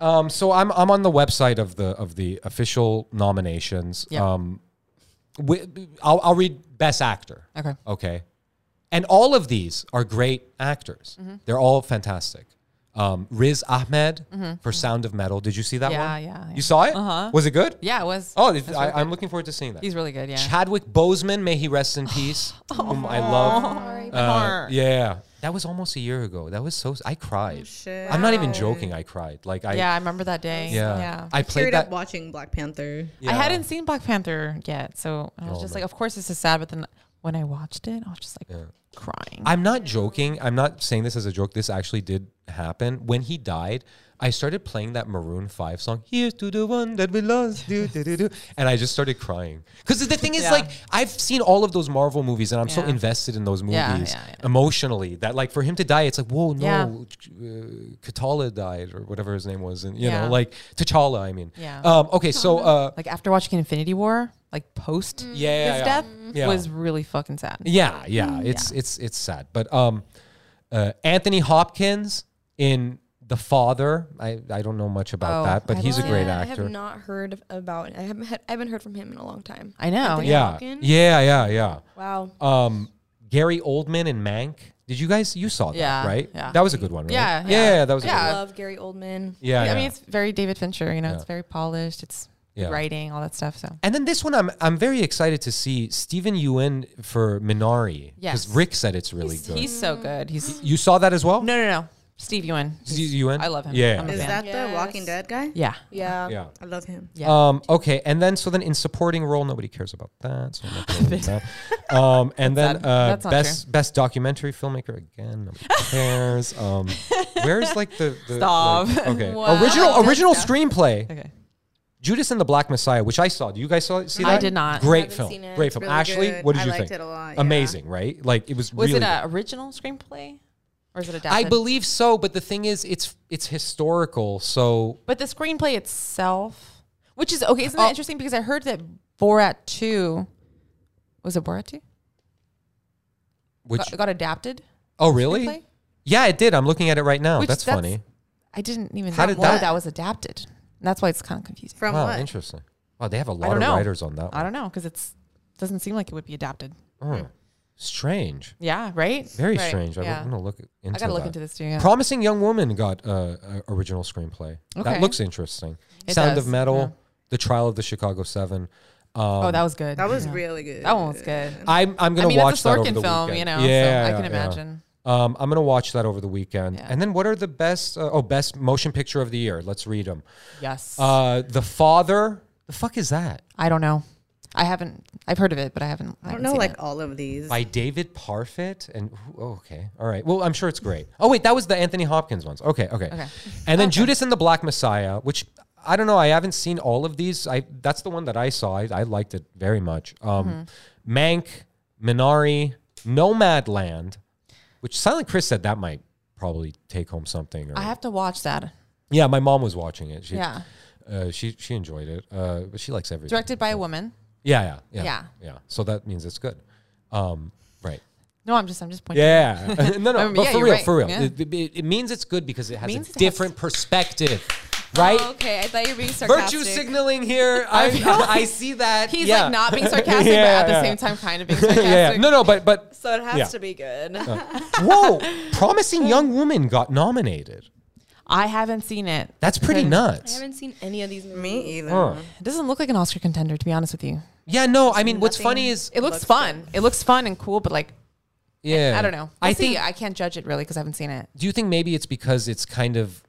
B: Um, so I'm I'm on the website of the of the official nominations.
C: Yeah.
B: Um, wi- I'll, I'll read Best Actor.
C: Okay.
B: Okay. And all of these are great actors.
C: Mm-hmm.
B: They're all fantastic. Um, Riz Ahmed for Sound of Metal. Did you see that
C: Mm-hmm. Yeah,
B: one?
C: yeah, yeah.
B: You saw it?
C: Uh-huh.
B: Was it good?
C: Yeah, it was.
B: Oh, it,
C: That's
B: I,
C: really
B: I'm
C: good.
B: looking forward to seeing that.
C: He's really good. Yeah. Oh.
B: Chadwick Boseman, may he rest in peace, whom I love. Uh,
C: Bummer.
B: yeah, that was almost a year ago. That was so. I cried.
D: shit.
B: I'm not even joking. I cried. Like I.
C: Oh, yeah, I remember that day.
B: Yeah. I played
D: Teared
B: that.
D: up watching Black Panther.
B: yeah.
C: I hadn't seen Black Panther yet, so I was
B: Oh,
C: just
B: no.
C: like, of course this is sad. But then when I watched it, I was just like crying.
B: I'm not joking. I'm not saying this as a joke. This actually did happen. When he died, I started playing that Maroon 5 song, Here's to the One That We Lost. Do, do, do, do. And I just started crying. Because the thing is,
C: Yeah.
B: like, I've seen all of those Marvel movies and I'm so
C: Yeah.
B: invested in those movies
C: Yeah, yeah, yeah.
B: emotionally that, like, for him to die, it's like, whoa, no,
C: Yeah.
B: uh, Katala died or whatever his name was. And, you
C: Yeah.
B: know, like, T'Challa, I mean.
C: Yeah.
B: Um, okay, so, uh,
C: like after watching Infinity War, like post
D: Mm.
C: his
B: yeah. yeah, yeah.
C: death
B: Yeah.
C: was really fucking sad.
B: Yeah, yeah,
C: Mm,
B: it's it's it's sad. But um, uh, Anthony Hopkins in The Father. I I don't know much about
C: Oh,
B: that, but
C: I
B: he's a
F: Yeah,
B: great
F: I have
B: actor.
F: not heard of- about. I haven't. Had, I haven't heard from him in a long time.
C: I know,
F: Anthony
B: Yeah,
F: Hopkins?
B: yeah, yeah,
F: Wow.
B: yeah. Um, Gary Oldman in Mank. Did you guys you saw that
C: Yeah,
B: right?
C: yeah.
B: That was a good one. Right?
C: Yeah,
B: yeah,
C: yeah.
B: that was a
C: Yeah.
F: I
B: good one.
F: love Gary Oldman.
B: Yeah,
C: I
B: yeah.
C: mean, it's very David Fincher. You know, it's
B: Yeah.
C: very polished. It's good
B: Yeah.
C: writing, all that stuff. So
B: and then this one, I'm I'm very excited to see Stephen Ewan for Minari because
C: Yes.
B: Rick said it's really
C: he's,
B: good.
C: he's
D: Mm.
C: so good. He's
B: you saw that as well?
C: no, no, no. Steve Ewan.
B: Steve Ewan?
C: I love him.
B: Yeah.
C: I'm a
D: Is
C: fan.
D: that the
E: Yes.
D: Walking Dead guy?
C: yeah.
F: Yeah.
B: Yeah.
D: I love him.
C: Yeah.
B: Um, okay, and then so then in supporting role, nobody cares about that. So I'm not gonna read that. Um, and
C: That's
B: then
C: sad.
B: uh,
C: That's not
B: best best documentary filmmaker again, nobody cares. um, where's like the, the
C: Stop.
B: like- okay
F: Wow.
B: original original screenplay
C: Okay.
B: Judas and the Black Messiah, which I saw. Do you guys saw see
C: I
B: that?
C: did not.
B: Great
F: Haven't
B: film,
F: seen it.
B: great
F: It's
B: film.
D: really
B: Ashley,
D: good.
B: what did
D: I
B: you
D: liked
B: think?
D: it a lot, yeah.
B: Amazing, right? Like it was.
C: Was
B: really
C: it
B: good.
C: an original screenplay, or is it adapted?
B: I believe so, but the thing is, it's it's historical, so
C: But the screenplay itself, which is okay,
B: Oh.
C: isn't that interesting? Because I heard that Borat Two was it Borat Two
B: which
C: got, got adapted.
B: oh really?
C: screenplay?
B: Yeah, it did. I'm looking at it right now.
C: Which
B: That's,
C: that's-
B: funny.
C: I didn't even
B: How
C: know
B: did that-
C: that was adapted. And that's why it's kind of confusing.
D: From
B: wow,
D: what?
B: interesting. Wow, they have a
C: I
B: lot
C: don't
B: of
C: know.
B: writers on that.
C: I
B: One.
C: don't know because it's doesn't seem like it would be adapted.
B: Oh, strange.
C: Yeah, right.
B: Very
C: Right,
B: strange.
C: yeah.
B: I'm gonna look into.
C: I gotta look
B: that.
C: into this too. Yeah.
B: Promising Young Woman got uh, a original screenplay.
C: Okay.
B: That looks interesting.
C: It
B: Sound
C: does,
B: of Metal,
C: yeah.
B: The Trial of the Chicago Seven. Um,
C: oh, that was good.
D: That was
C: Yeah.
D: really good.
C: That one was good.
B: I'm I'm gonna
C: I mean,
B: watch
C: it's a
B: that
C: Sorkin
B: over the
C: film,
B: weekend.
C: you know.
B: yeah,
C: so I can
B: yeah.
C: imagine.
B: Um, I'm gonna watch that over the weekend.
C: Yeah.
B: And then what are the best? Uh, oh, best motion picture of the year. Let's read them.
C: Yes.
B: Uh, the Father. The fuck is that?
C: I don't know. I haven't. I've heard of it, but I haven't.
D: I don't
C: haven't
D: know
C: seen
D: like
C: it.
D: all of these.
B: by David Parfit and who- oh, okay, all right. Well, I'm sure it's great. Oh wait, that was the Anthony Hopkins ones. Okay, okay.
C: Okay.
B: And then Judas and the Black Messiah, which I don't know. I haven't seen all of these. I that's the one that I saw. I, I liked it very much.
C: Mm-hmm.
B: Um, Mank, Minari, Nomadland, which Silent Chris said that might probably take home something. Or,
C: I have to watch that.
B: yeah, my mom was watching it. She,
C: Yeah.
B: uh, she she enjoyed it. Uh, but she likes everything.
C: Directed by a woman.
B: Yeah, yeah, yeah,
C: Yeah.
B: yeah. So that means it's good. Um, right.
C: No, I'm just. I'm just pointing.
B: Yeah. no, no,
C: Um,
B: but
C: yeah,
B: for
C: you're
B: real,
C: right.
B: for real.
C: Yeah.
B: It, it- it means it's good because it has
C: Means
B: a
C: it has-
B: different perspective, right?
E: Oh, okay, I thought you were being sarcastic.
B: Virtue signaling here. I, I, see that.
C: He's
B: yeah.
C: like not being sarcastic,
B: Yeah,
C: but at
B: yeah.
C: the same time, kind of being
B: yeah,
C: sarcastic.
B: yeah. No, no, but but
E: So it has
B: Yeah.
E: to be good.
B: whoa! Promising young woman got nominated.
C: I haven't seen it.
B: That's pretty
C: Couldn't-
F: I
B: nuts.
F: haven't seen any of these movies.
D: Me either.
B: Huh.
C: It doesn't look like an Oscar contender, to be honest with you.
B: Yeah, no. I mean, what's
D: Nothing-
B: funny is
C: It looks, fun. It looks fun and cool, but like
B: yeah.
C: I don't know.
B: I
C: We'll see.
B: think.
C: I can't judge it really because I haven't seen it.
B: Do you think maybe it's because it's kind of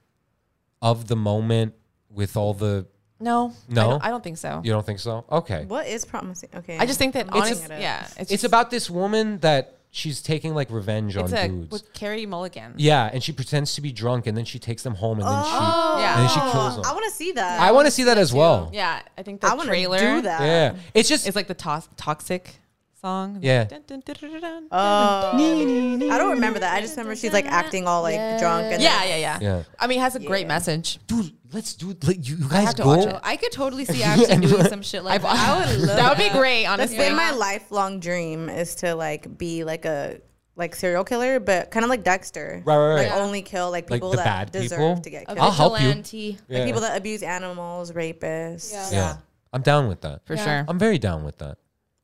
B: of the moment with all the?
C: No, I
B: No?
C: don't, I don't think so.
B: You don't think so? Okay.
D: What is promising? Okay.
C: I just think that
D: I'm
C: it's
D: looking
C: just
D: it up.
C: yeah. It's,
B: It's
C: just-
B: about this woman that she's taking like revenge
C: It's
B: on
C: a
B: dudes.
C: with Carrie Mulligan.
B: yeah, and she pretends to be drunk, and then she takes them home, and then she
C: Yeah.
B: and then she kills them.
D: Oh, I want to see that.
B: I want to see that as well.
C: Yeah, I think the
D: I want to
C: trailer
D: do that.
B: Yeah, it's just
C: is like the to- toxic song.
B: Yeah.
C: Dun, dun, dun, dun, dun, dun.
D: Oh. I don't remember that. I just remember she's like acting all like drunk. And
C: yeah, yeah, yeah,
B: Yeah.
C: I mean, it has a great message.
B: dude, let's do. Like, you, you guys
C: to
B: go.
C: watch
E: So I could totally see actually doing some shit like that. I would love
C: That would be great,
D: That's
C: honestly.
D: been my lifelong dream is to like be like a like serial killer, but kind of like Dexter.
B: Right, right,
D: Like
B: right.
D: only kill like
B: Like
D: people
B: the bad
D: that deserve
B: people?
D: to get
E: a
D: killed.
B: I'll help you.
E: vigilante.
B: Yeah.
D: People that abuse animals, rapists.
B: yeah. I'm down with that.
C: for
F: Yeah.
C: sure.
B: I'm very down with that.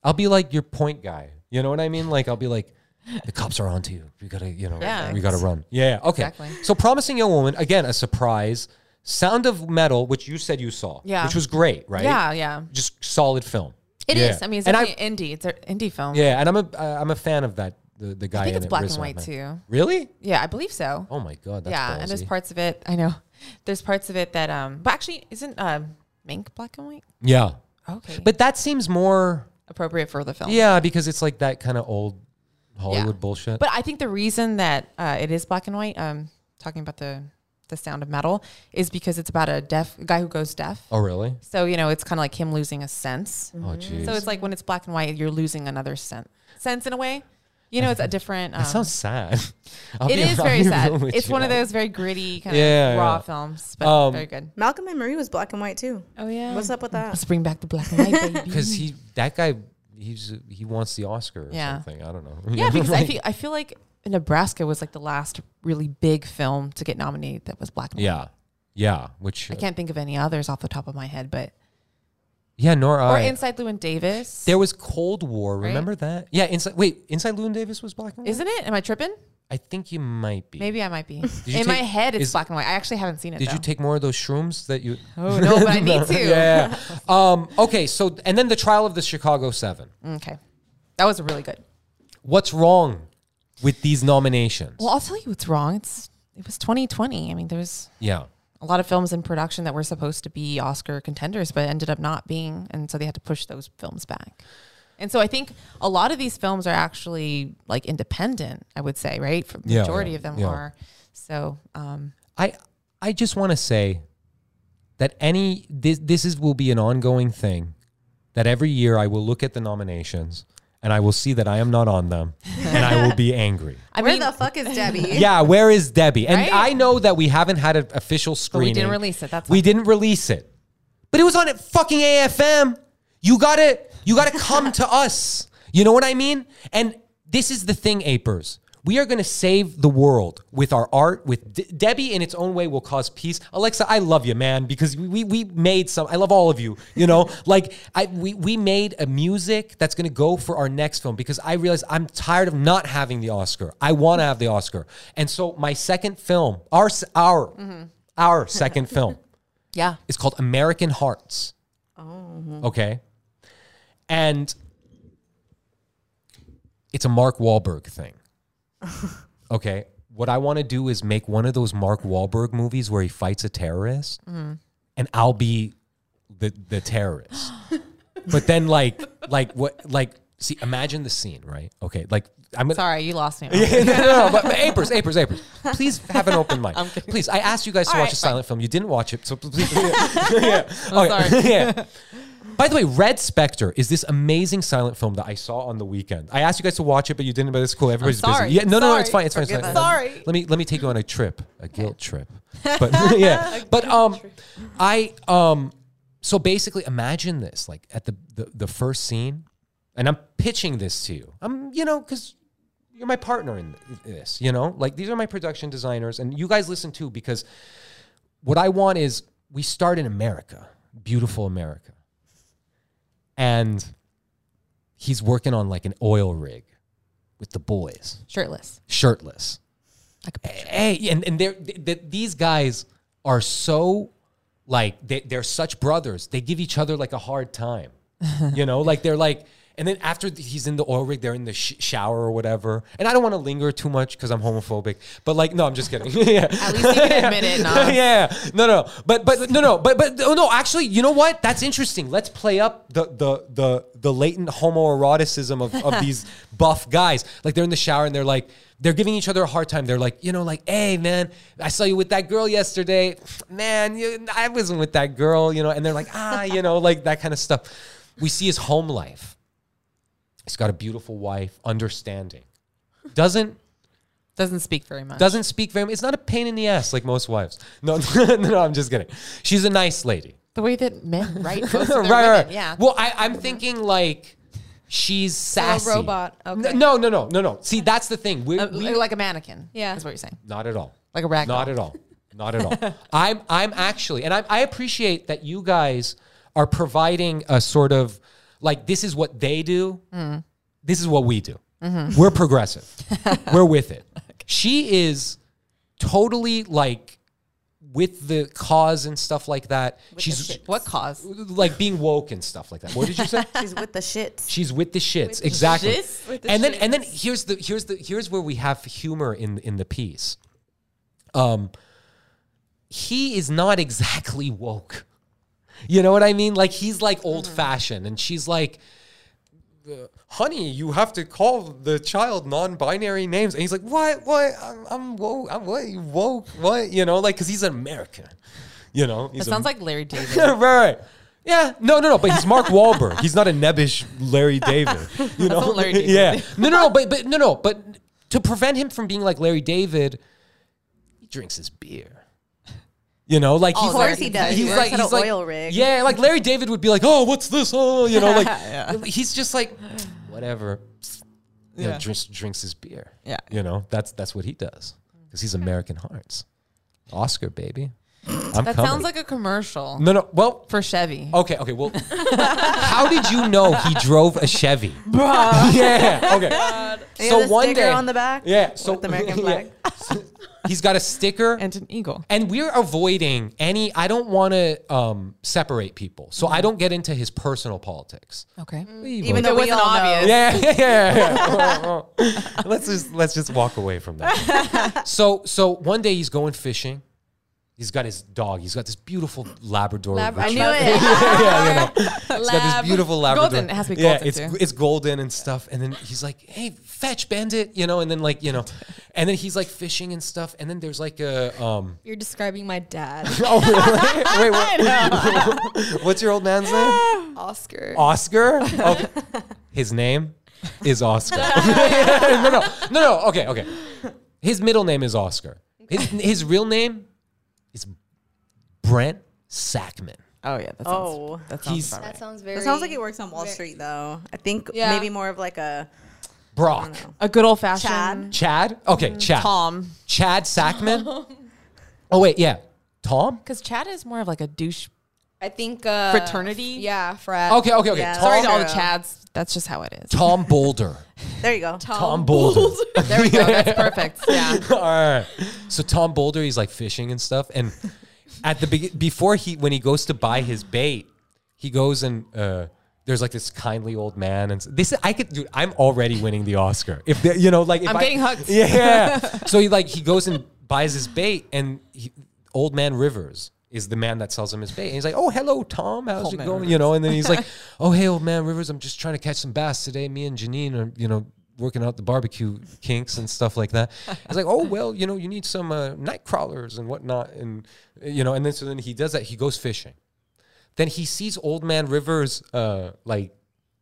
B: I'll be like your point guy. You know what I mean? Like I'll be like, the cops are onto you. We gotta, you know,
C: Yeah.
B: we gotta run. Yeah. Okay.
C: Exactly.
B: So promising young woman again, a surprise. Sound of Metal, which you said you saw,
C: Yeah.
B: which was great, right?
C: Yeah, yeah.
B: Just solid film.
C: It is.
B: Yeah.
C: I mean, it's
B: and I,
C: definitely indie. It's an indie film.
B: yeah, and I'm a uh, I'm a fan of that. The, the guy
C: I think
B: in
C: it's
B: it,
C: black and
B: Riz
C: white
B: Ahmed.
C: too.
B: Really?
C: Yeah, I believe so.
B: Oh my god, that's
C: yeah, and there's
B: ballsy.
C: parts of it. I know. There's parts of it that um, but actually, isn't um, Mink black and white?
B: yeah,
C: Okay,
B: but that seems more
C: appropriate for the film.
B: yeah because it's like that kind of old Hollywood bullshit.
C: But I think the reason that uh, it is black and white, um, talking about the the sound of metal, is because it's about a deaf a guy who goes deaf.
B: oh really?
C: So you know, it's kind of like him losing a sense.
B: Oh jeez.
C: Mm-hmm. So it's like when it's black and white, you're losing another sense sense in a way. You know, it's a different. Um,
B: That sounds sad. I'll
C: it
B: be-
C: is
B: I'll
C: very
B: be
C: sad.
B: real with
C: It's
B: you.
C: one of those very gritty, kind
B: Yeah,
C: of raw
B: yeah.
C: films, but
B: Um,
C: very good.
D: Malcolm and Marie was black and white too.
F: Oh yeah.
D: What's up with that?
C: Let's bring back the black and white, baby.
B: because he that guy he's he wants the Oscar or
C: mm-hmm. Yeah.
B: something. I don't know.
C: Yeah, because I feel I feel like Nebraska was like the last really big film to get nominated that was black and white.
B: yeah, yeah. Which
C: I can't think of any others off the top of my head, but
B: yeah, nor
C: or
B: I.
C: Inside Llewyn Davis,
B: there was Cold War. Remember that? Yeah. Inside. Wait. Inside Llewyn Davis was black and white.
C: isn't it? Am I tripping?
B: I think you might be.
C: Maybe I might be. In
B: you
C: my
B: take-
C: head, it's
B: is-
C: black and white. I actually haven't seen it.
B: Did you
C: though.
B: take more of those shrooms that you?
C: Oh no, but I need to.
B: yeah. Um, okay. So and then the trial of the Chicago Seven.
C: Okay, that was really good.
B: What's wrong with these nominations?
C: Well, I'll tell you what's wrong. It's it was 2020. I mean, there was
B: yeah.
C: a lot of films in production that were supposed to be Oscar contenders, but ended up not being, and so they had to push those films back. And so I think a lot of these films are actually like independent. I would say, right? For
B: Yeah,
C: majority
B: yeah,
C: of them
B: yeah.
C: are. So um,
B: I I just want to say that any this this is will be an ongoing thing that every year I will look at the nominations and I will see that I am not on them and I will be angry.
C: I
D: Where
C: mean,
D: the fuck is Debbie?
B: Yeah, where is Debbie? And
C: Right?
B: I know that we haven't had an official
C: but we
B: screening.
C: didn't release it. That's
B: We
C: why.
B: didn't release it. But it was on at fucking AFM. You gotta you gotta come to us. You know what I mean? And this is the thing, Apers. We are gonna save the world with our art. With De- Debbie, in its own way, will cause peace. Alexa, I love you, man, because we we, we made some. I love all of you. You know, like I we we made a music that's gonna go for our next film because I realize I'm tired of not having the Oscar. I want to have the Oscar, and so my second film, our s- our our second film,
C: Yeah.
B: it's called American Hearts. Oh. Okay. And it's a Mark Wahlberg thing. okay. What I want to do is make one of those Mark Wahlberg movies where he fights a terrorist, and I'll be the the terrorist. but then, like, like what, like, see, imagine the scene, right? Okay, like, I'm gonna,
C: Sorry, you lost me.
B: no, no, no, but, but Apers, Apers, Apers. Please have an open mind. Please, I asked you guys to watch a silent film. You didn't watch it, so please. yeah. Okay. yeah. By the way, Red Spectre is this amazing silent film that I saw on the weekend. I asked you guys to watch it, but you didn't. But it's cool. Everybody's
C: sorry.
B: busy. Yeah, no, no, no,
C: Sorry.
B: it's fine. It's fine. It's fine.
D: Forgive us.
C: Sorry.
B: Let me let me take you on a trip, a guilt trip. But yeah, but um, I um, so basically, imagine this like at the the, the first scene, and I'm pitching this to you. I'm you know because you're my partner in this, you know? Like these are my production designers and you guys listen too because what I want is we start in America, beautiful America. And he's working on like an oil rig with the boys,
C: Shirtless.
B: shirtless. Hey, and and they're, th- th- these guys are so like they, they're such brothers. They give each other like a hard time, you know. Like they're like, And then after th- he's in the oil rig, they're in the sh- shower or whatever. And I don't want to linger too much because I'm homophobic. But like, no, I'm just kidding. yeah.
C: At least you can admit it. Nah.
B: yeah. No, no. But but no, no. But but oh, no. Actually, you know what? That's interesting. Let's play up the the the the latent homoeroticism of of these buff guys. Like they're in the shower and they're like they're giving each other a hard time. They're like, you know, like, hey man, I saw you with that girl yesterday. Man, you, I wasn't with that girl. You know, and they're like, ah, you know, like that kind of stuff. We see his home life. He's got a beautiful wife, understanding. Doesn't
C: Doesn't speak very much.
B: doesn't speak very. It's not a pain in the ass like most wives. No, no, no, I'm just kidding. She's a nice lady.
C: the way that men write most of their
B: right,
C: women,
B: right.
C: Yeah.
B: Well, I, I'm thinking like she's
F: a
B: sassy. N-
F: robot. Okay.
B: No, no, no, no, no. See, that's the thing. We're,
C: Uh,
B: we-
C: like a mannequin.
F: Yeah.
C: Is what you're saying.
B: not at all.
C: Like a rag
B: Not
C: doll.
B: at all. Not at all. I'm I'm actually, and I, I appreciate that you guys are providing a sort of like this is what they do. This is what we do. We're progressive. We're with it. She is totally like with the cause and stuff like that. She's
C: What cause?
B: like being woke and stuff like that. What did you say?
D: She's with the shits.
B: She's with the shits, exactly.
C: shits? With
F: the
B: and then and then here's the here's the here's where we have humor in in the piece. Um, he is not exactly woke. You know what I mean? Like he's
C: Mm-hmm.
B: like old fashioned, and she's like. uh, Honey, you have to call the child non-binary names, and he's like, "What? What? I'm, I'm woke. I'm what? You woke? What? You know, like, cause he's an American. You know,
C: It
B: he's a-
C: sounds like Larry David.
B: yeah, right, right. Yeah, no, no, no. But he's Mark Wahlberg. he's not a nebbish Larry David. You know,
C: what Larry David
B: yeah. No, no, no. But but no, no. But to prevent him from being like Larry David, he drinks his beer. You know, like
D: Oh, Of
B: he's
D: course
B: like,
D: he does.
B: he's
D: he works
B: like
D: at
B: he's
D: an
B: like
D: oil rig.
B: yeah, like Larry David would be like, oh, what's this? Oh, you know, like he's just like whatever. You know,
C: Yeah.
B: drinks drinks his beer.
C: Yeah.
B: you know that's that's what he does because he's American Hearts, Oscar baby. I'm
C: That
B: coming.
C: sounds like a commercial
B: no, no. Well,
C: for Chevy.
B: Okay, okay. Well, how did you know he drove a Chevy? yeah. Okay.
D: They
B: So
D: have the
B: one
D: sticker
B: day
D: on the back.
B: Yeah. So
D: with the American
B: yeah.
D: flag.
B: So he's got a sticker, and,
C: And an eagle.
B: we're avoiding any. I don't want to um, separate people, so I don't get into his personal politics.
C: Okay.
D: Even though
C: If it wasn't
D: we all
C: obvious.
D: know.
B: Mm. Yeah, yeah, yeah. yeah. let's just let's just walk away from that. so so one day he's going fishing. He's got his dog. He's got this beautiful Labrador.
F: Lab-
D: I
B: retriever.
D: knew
F: Yeah.
D: it.
B: yeah, yeah, yeah. It's got
F: Lab-
B: this beautiful Labrador.
C: Golden. It has to be golden,
B: it's
C: too.
B: it's golden and stuff. And then he's like, "Hey, fetch bandit," you know. And then like you know, and then he's like fishing and stuff. And then there's like a um.
F: You're describing my dad,
B: Oh really? Wait, what, what's your old man's name?
F: Oscar.
B: Oscar. Oh, his name is Oscar. no, no, no, no. Okay, okay. His middle name is Oscar. His his real name is Brent Sackman.
C: Oh yeah. That sounds,
D: Oh.
C: That sounds
B: He's-
C: about right.
F: That sounds very.
D: It sounds like he works on Wall Street though. I think
F: Yeah.
D: maybe more of like a
B: Brock.
C: A good old fashioned
D: Chad.
B: Chad. Okay, Chad.
C: Mm, Tom.
B: Chad Sackman. Oh wait, yeah, Tom.
C: Because Chad is more of like a douche
E: I think uh,
C: fraternity.
F: Yeah, frat.
B: Okay, oh, okay, okay.
D: Yeah,
B: Tom,
C: Sorry to all the
D: True.
C: Chads. That's just how it is.
B: Tom Boulder.
D: There you go.
B: Tom Boulder.
C: There we go. That's perfect. Yeah.
B: all right. So Tom Boulder, he's like fishing and stuff, and at the be- before he when he goes to buy his bait, he goes and. uh there's like this kindly old man, and s- this I could, dude. I'm already winning the Oscar. If the, you know, like, if
C: I'm
B: I-
C: getting hooked.
B: Yeah. so he like he goes and buys his bait, and he, old man Rivers is the man that sells him his bait. And he's like, "Oh, hello, Tom. How's
C: Old
B: it
C: man
B: going?" You know. And then he's like, "Oh, hey, old man Rivers. I'm just trying to catch some bass today. Me and Janine are, you know." Working out the barbecue kinks and stuff like that. He's like, oh well, you know, you need some uh, night crawlers and whatnot, and uh, you know, and then so then he does that. He goes fishing. Then he sees Old Man Rivers, uh, like,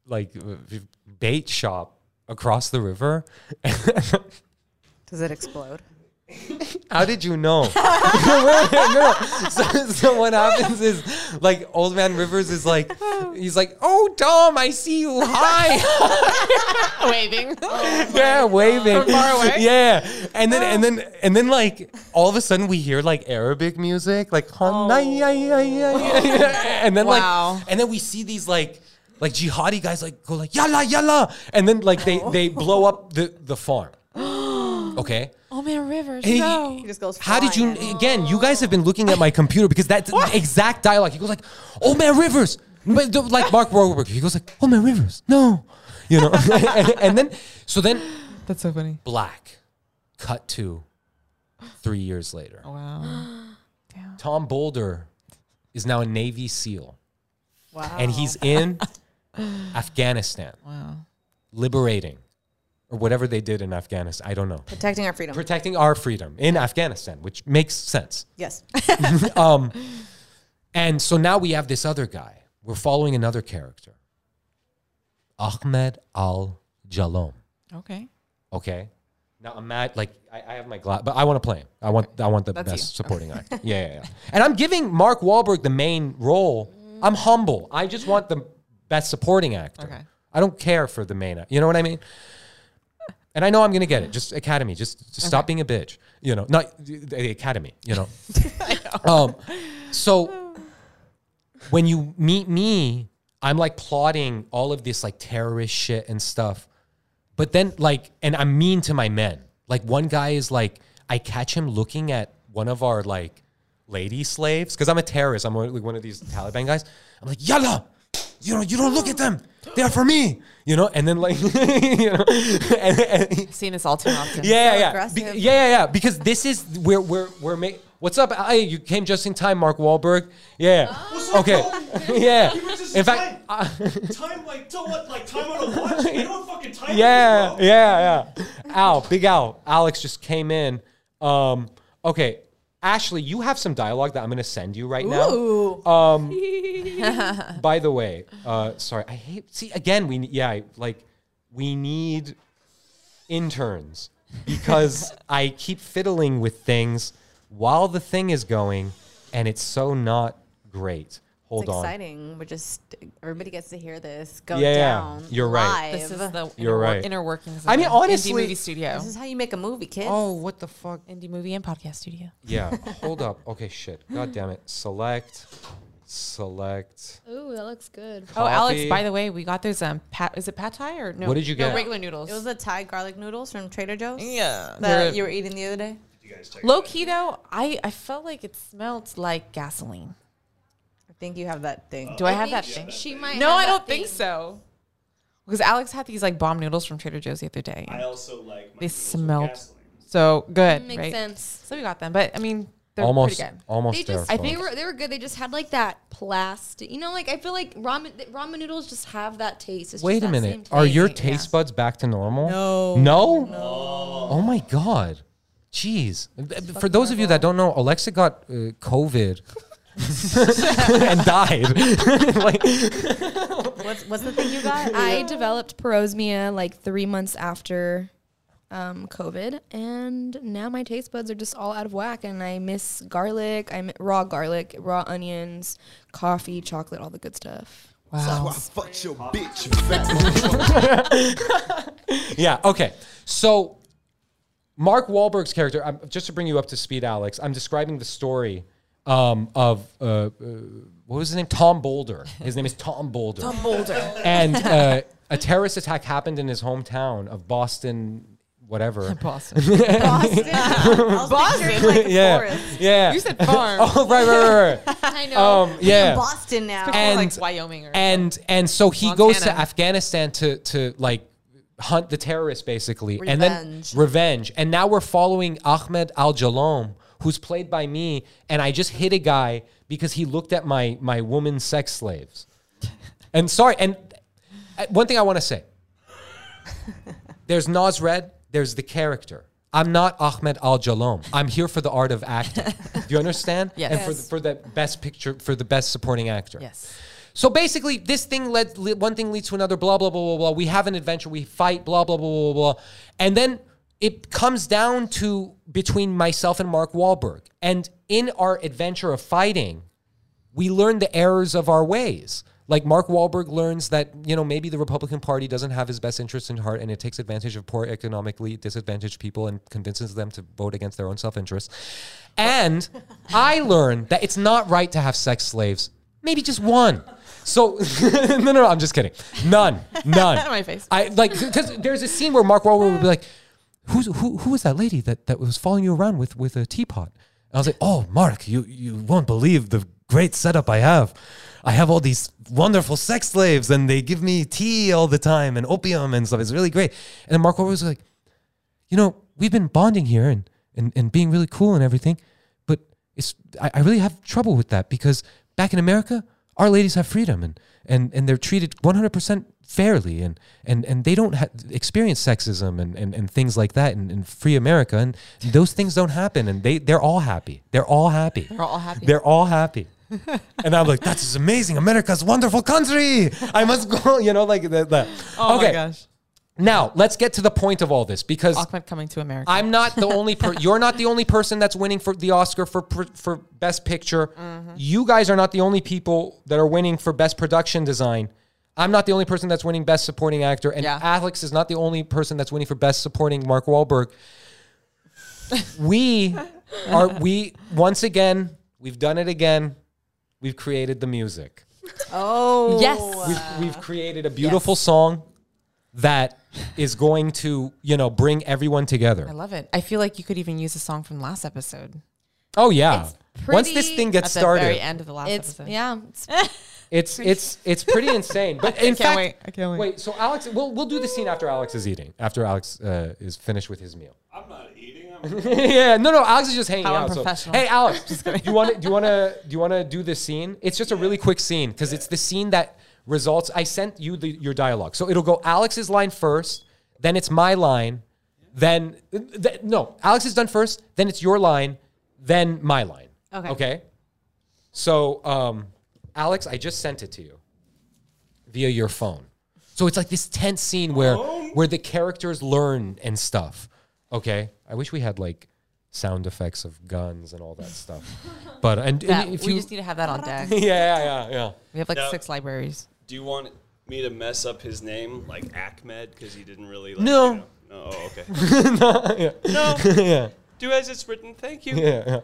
B: like uh, bait shop across the river,
D: Does it explode?
B: How did you know? no, no. So, so what happens is like old man Rivers is like he's like, Oh Dom, I see you. Hi.
C: Waving. Oh
B: yeah, waving.
C: far away? Oh.
B: Yeah. And then and then and then like all of a sudden we hear like Arabic music, like and then
C: Oh. Wow.
B: like and then we see these like like jihadi guys like go like yalla yalla and then like they
C: Oh.
B: they blow up the, the farm. Okay.
C: Oh man, Rivers.
B: Hey,
C: no.
D: He just goes.
B: How did you
D: flying in.
B: again? You guys have been looking at my computer because that's the exact dialogue. He goes like, "Oh man, Rivers, But the- like Mark Wahlberg, he goes like, "Oh my rivers, no," you know. and, and then so then
C: That's so funny.
B: Black, cut to three years later.
C: Oh, Wow.
B: Tom Boulder is now a Navy SEAL,
D: Wow.
B: and he's in Afghanistan,
C: Wow.
B: liberating or whatever they did in Afghanistan. I don't know.
D: protecting our freedom.
B: Protecting our freedom in Afghanistan, which makes sense.
D: yes.
B: um, and so now we have this other guy. We're following another character, Ahmed Al Jalom.
C: Okay.
B: Okay. Now I'm mad. Like I, I have my glass, but I want to play him. I want I want the
C: That's
B: best
C: you.
B: supporting actor. Yeah, yeah, yeah. And I'm giving Mark Wahlberg the main role. I'm humble. I just want the best supporting actor.
C: Okay.
B: I don't care for the main. You know what I mean? And I know I'm gonna get it. Just Academy. Just, just stop being a bitch. You know, not the the Academy. You know. Um, so when you meet me, I'm like plotting all of this like terrorist shit and stuff. But then like, and I'm mean to my men. Like one guy is like, I catch him looking at one of our like lady slaves because I'm a terrorist. I'm one- like one of these Taliban guys. I'm like, yalla, you know, you don't look at them. They are for me, you know. And then like, you know, and, and,
C: I've seen this all too often.
B: yeah, yeah, yeah.
D: aggressive.
B: Be- yeah, yeah, yeah. Because this is where we're we're ma- What's up? Hey, you came just in time, Mark Wahlberg. Yeah. okay. yeah. In fact, I-
H: time like to what? Like time on a watch? You know what fucking time
B: yeah, yeah, yeah. Al, big Al. Alex just came in. Um, okay, Ashley, you have some dialogue that I'm gonna send you right now. Um,
D: Ooh.
B: By the way, uh, sorry, I hate. See, again, we yeah, I- like we need interns because I keep fiddling with things while the thing is going, and it's so not great. Hold
D: It's
B: on,
D: exciting. We're just everybody gets to hear this go
B: Yeah, yeah.
D: down.
B: You're right.
D: live.
C: This is the
B: You're
C: inner, wor-
B: right.
C: inner workings.
B: I mean,
C: of an
B: honestly-
C: indie movie studio,
D: This is how you make a movie, kid.
B: Oh, what the fuck?
C: indie movie and podcast studio.
B: Yeah, hold up. Okay, shit. God damn it. Select, select.
F: Ooh, that looks good.
C: Oh, Alex!
B: Coffee.
C: By the way, we got those um, pat. Is it pad thai or no?
B: What did you
C: no,
B: get?
C: regular noodles.
D: It was the Thai garlic noodles from Trader Joe's
C: yeah.
D: that you were eating the other day.
C: Low key though, I I felt like it smelled like gasoline.
D: I think you have that thing.
C: Do I, have that thing?
F: She, she might.
C: No,
F: have
C: I
F: that
C: don't think
F: thing.
C: so. Because Alex had these like bomb noodles from Trader Joe's the other day.
H: I also like. My
C: They
H: noodles with
C: smelled-
H: gasoline.
C: So good,
F: Makes
C: right?
F: sense.
C: So we got them, but I mean, they're
B: Almost,
C: pretty good.
B: almost
F: They
B: there.
F: just
B: folks.
F: they were they were good. They just had like that plastic. You know, like I feel like ramen th- ramen noodles just have that taste. It's
B: Wait
F: just
B: a
F: that same
B: minute. Are your
C: thing,
B: taste
C: yeah.
B: buds back to normal? No. No? Oh my God. Jeez. For those of you that don't know, Alexa got uh, COVID and died. like,
D: What's, what's the thing you got?
F: I developed parosmia like three months after um, COVID, and now my taste buds are just all out of whack. And I miss garlic, I m- raw garlic, raw onions, coffee, chocolate, all the good stuff.
G: That's why I fucked your bitch, you fat motherfucker.
B: yeah. Okay. So, Mark Wahlberg's character, I'm, just to bring you up to speed, Alex, I'm describing the story um, of uh, uh, what was his name? Tom Boulder. His name is Tom Boulder. Tom Boulder. and uh, a terrorist attack happened in his hometown of Boston, whatever.
C: Boston.
D: Boston. I was picturing, like, a
B: yeah.
D: forest.
B: Yeah.
C: you said farm.
B: Oh right, right, right,
F: I know.
B: right. um, yeah.
D: Boston now.
C: Or
B: And
C: like Wyoming or
B: and and so he goes to
C: Montana.
B: Afghanistan to to like hunt the terrorists basically, and then
D: Revenge.
B: revenge. And now we're following Ahmed Al Jalom, who's played by me, and I just hit a guy because he looked at my my woman sex slaves. and sorry, and uh, one thing I want to say. There's Nasred. There's the character. I'm not Ahmed Al Jalom. I'm here for the art of acting. Do you understand?
C: Yes.
B: And for the,
C: Yes.
B: for the best picture, for the best supporting actor.
C: yes.
B: So basically, this thing led le- one thing leads to another. Blah blah blah blah blah. We have an adventure. We fight. Blah blah blah blah blah. And then it comes down to between myself and Mark Wahlberg. And in our adventure of fighting, we learn the errors of our ways. Like Mark Wahlberg learns that you know maybe the Republican Party doesn't have his best interests in heart, and it takes advantage of poor economically disadvantaged people and convinces them to vote against their own self interest. And I learn that it's not right to have sex slaves. Maybe just one. So no, no, no, I'm just kidding. None, none.
C: My face.
B: I like because there's a scene where Mark Wahlberg would be like, "Who's who? Who was that lady that that was following you around with with a teapot?" And I was like, "Oh, Mark, you you won't believe the great setup I have. I have all these wonderful sex slaves and they give me tea all the time and opium and stuff. It's really great. And then Mark Wahlberg was like, you know, we've been bonding here and, and, and being really cool and everything, but it's I, I really have trouble with that because back in America, our ladies have freedom and and, and they're treated 100% fairly and and, and they don't ha- experience sexism and, and, and things like that in, in free America and those things don't happen and they they're all happy. They're all happy. They're
C: all happy.
B: They're all happy. and I'm like, that's amazing. America's a wonderful country. I must go, you know, like that. that.
C: Oh my gosh.
B: Now, let's get to the point of all this because
C: Ahmed coming to America.
B: I'm not the only per- you're not the only person that's winning for the Oscar for for, for best picture. You guys are not the only people that are winning for best production design. I'm not the only person that's winning best supporting actor and
C: Yeah.
B: Alex is not the only person that's winning for best supporting Mark Wahlberg. we are we once again, we've done it again. We've created the music.
D: Oh,
C: yes.
B: We've, we've created a beautiful song that is going to, you know, bring everyone together.
C: I love it. I feel like you could even use a song from last episode.
B: Oh yeah. Once this
E: pretty
B: thing
C: At
B: gets started,
C: the very end of the last
E: It's
C: episode.
E: yeah. It's
B: it's it's it's pretty insane. But in
C: can't
B: fact,
C: wait. I can't wait.
B: So Alex, we'll we'll do the scene after Alex is eating. After Alex uh, is finished with his meal.
H: I'm not eating. I'm
B: yeah. No, no. Alex is just hanging
C: How
B: out. So,
C: unprofessional.
B: hey, Alex, do you want to do you want to do you want to do this scene? It's just a really quick scene because it's the scene that results. I sent you the, your dialogue, so it'll go Alex's line first, then it's my line, then th- no, Alex is done first, then it's your line, then my line.
D: Okay.
B: Okay. So, um, Alex, I just sent it to you via your phone. So it's like this tense scene where
H: Oh.
B: where the characters learn and stuff. Okay, I wish we had like sound effects of guns and all that stuff. But and, and
C: That-
B: if
C: we
B: you,
C: just need to have that on deck.
B: yeah, yeah, yeah, yeah.
C: We have like
H: No.
C: six libraries.
H: Do you want me to mess up his name like Ahmed because he didn't really? Like,
B: No.
H: You know, no. Oh, okay. no. Do as it's written. Thank you.
B: yeah, yeah,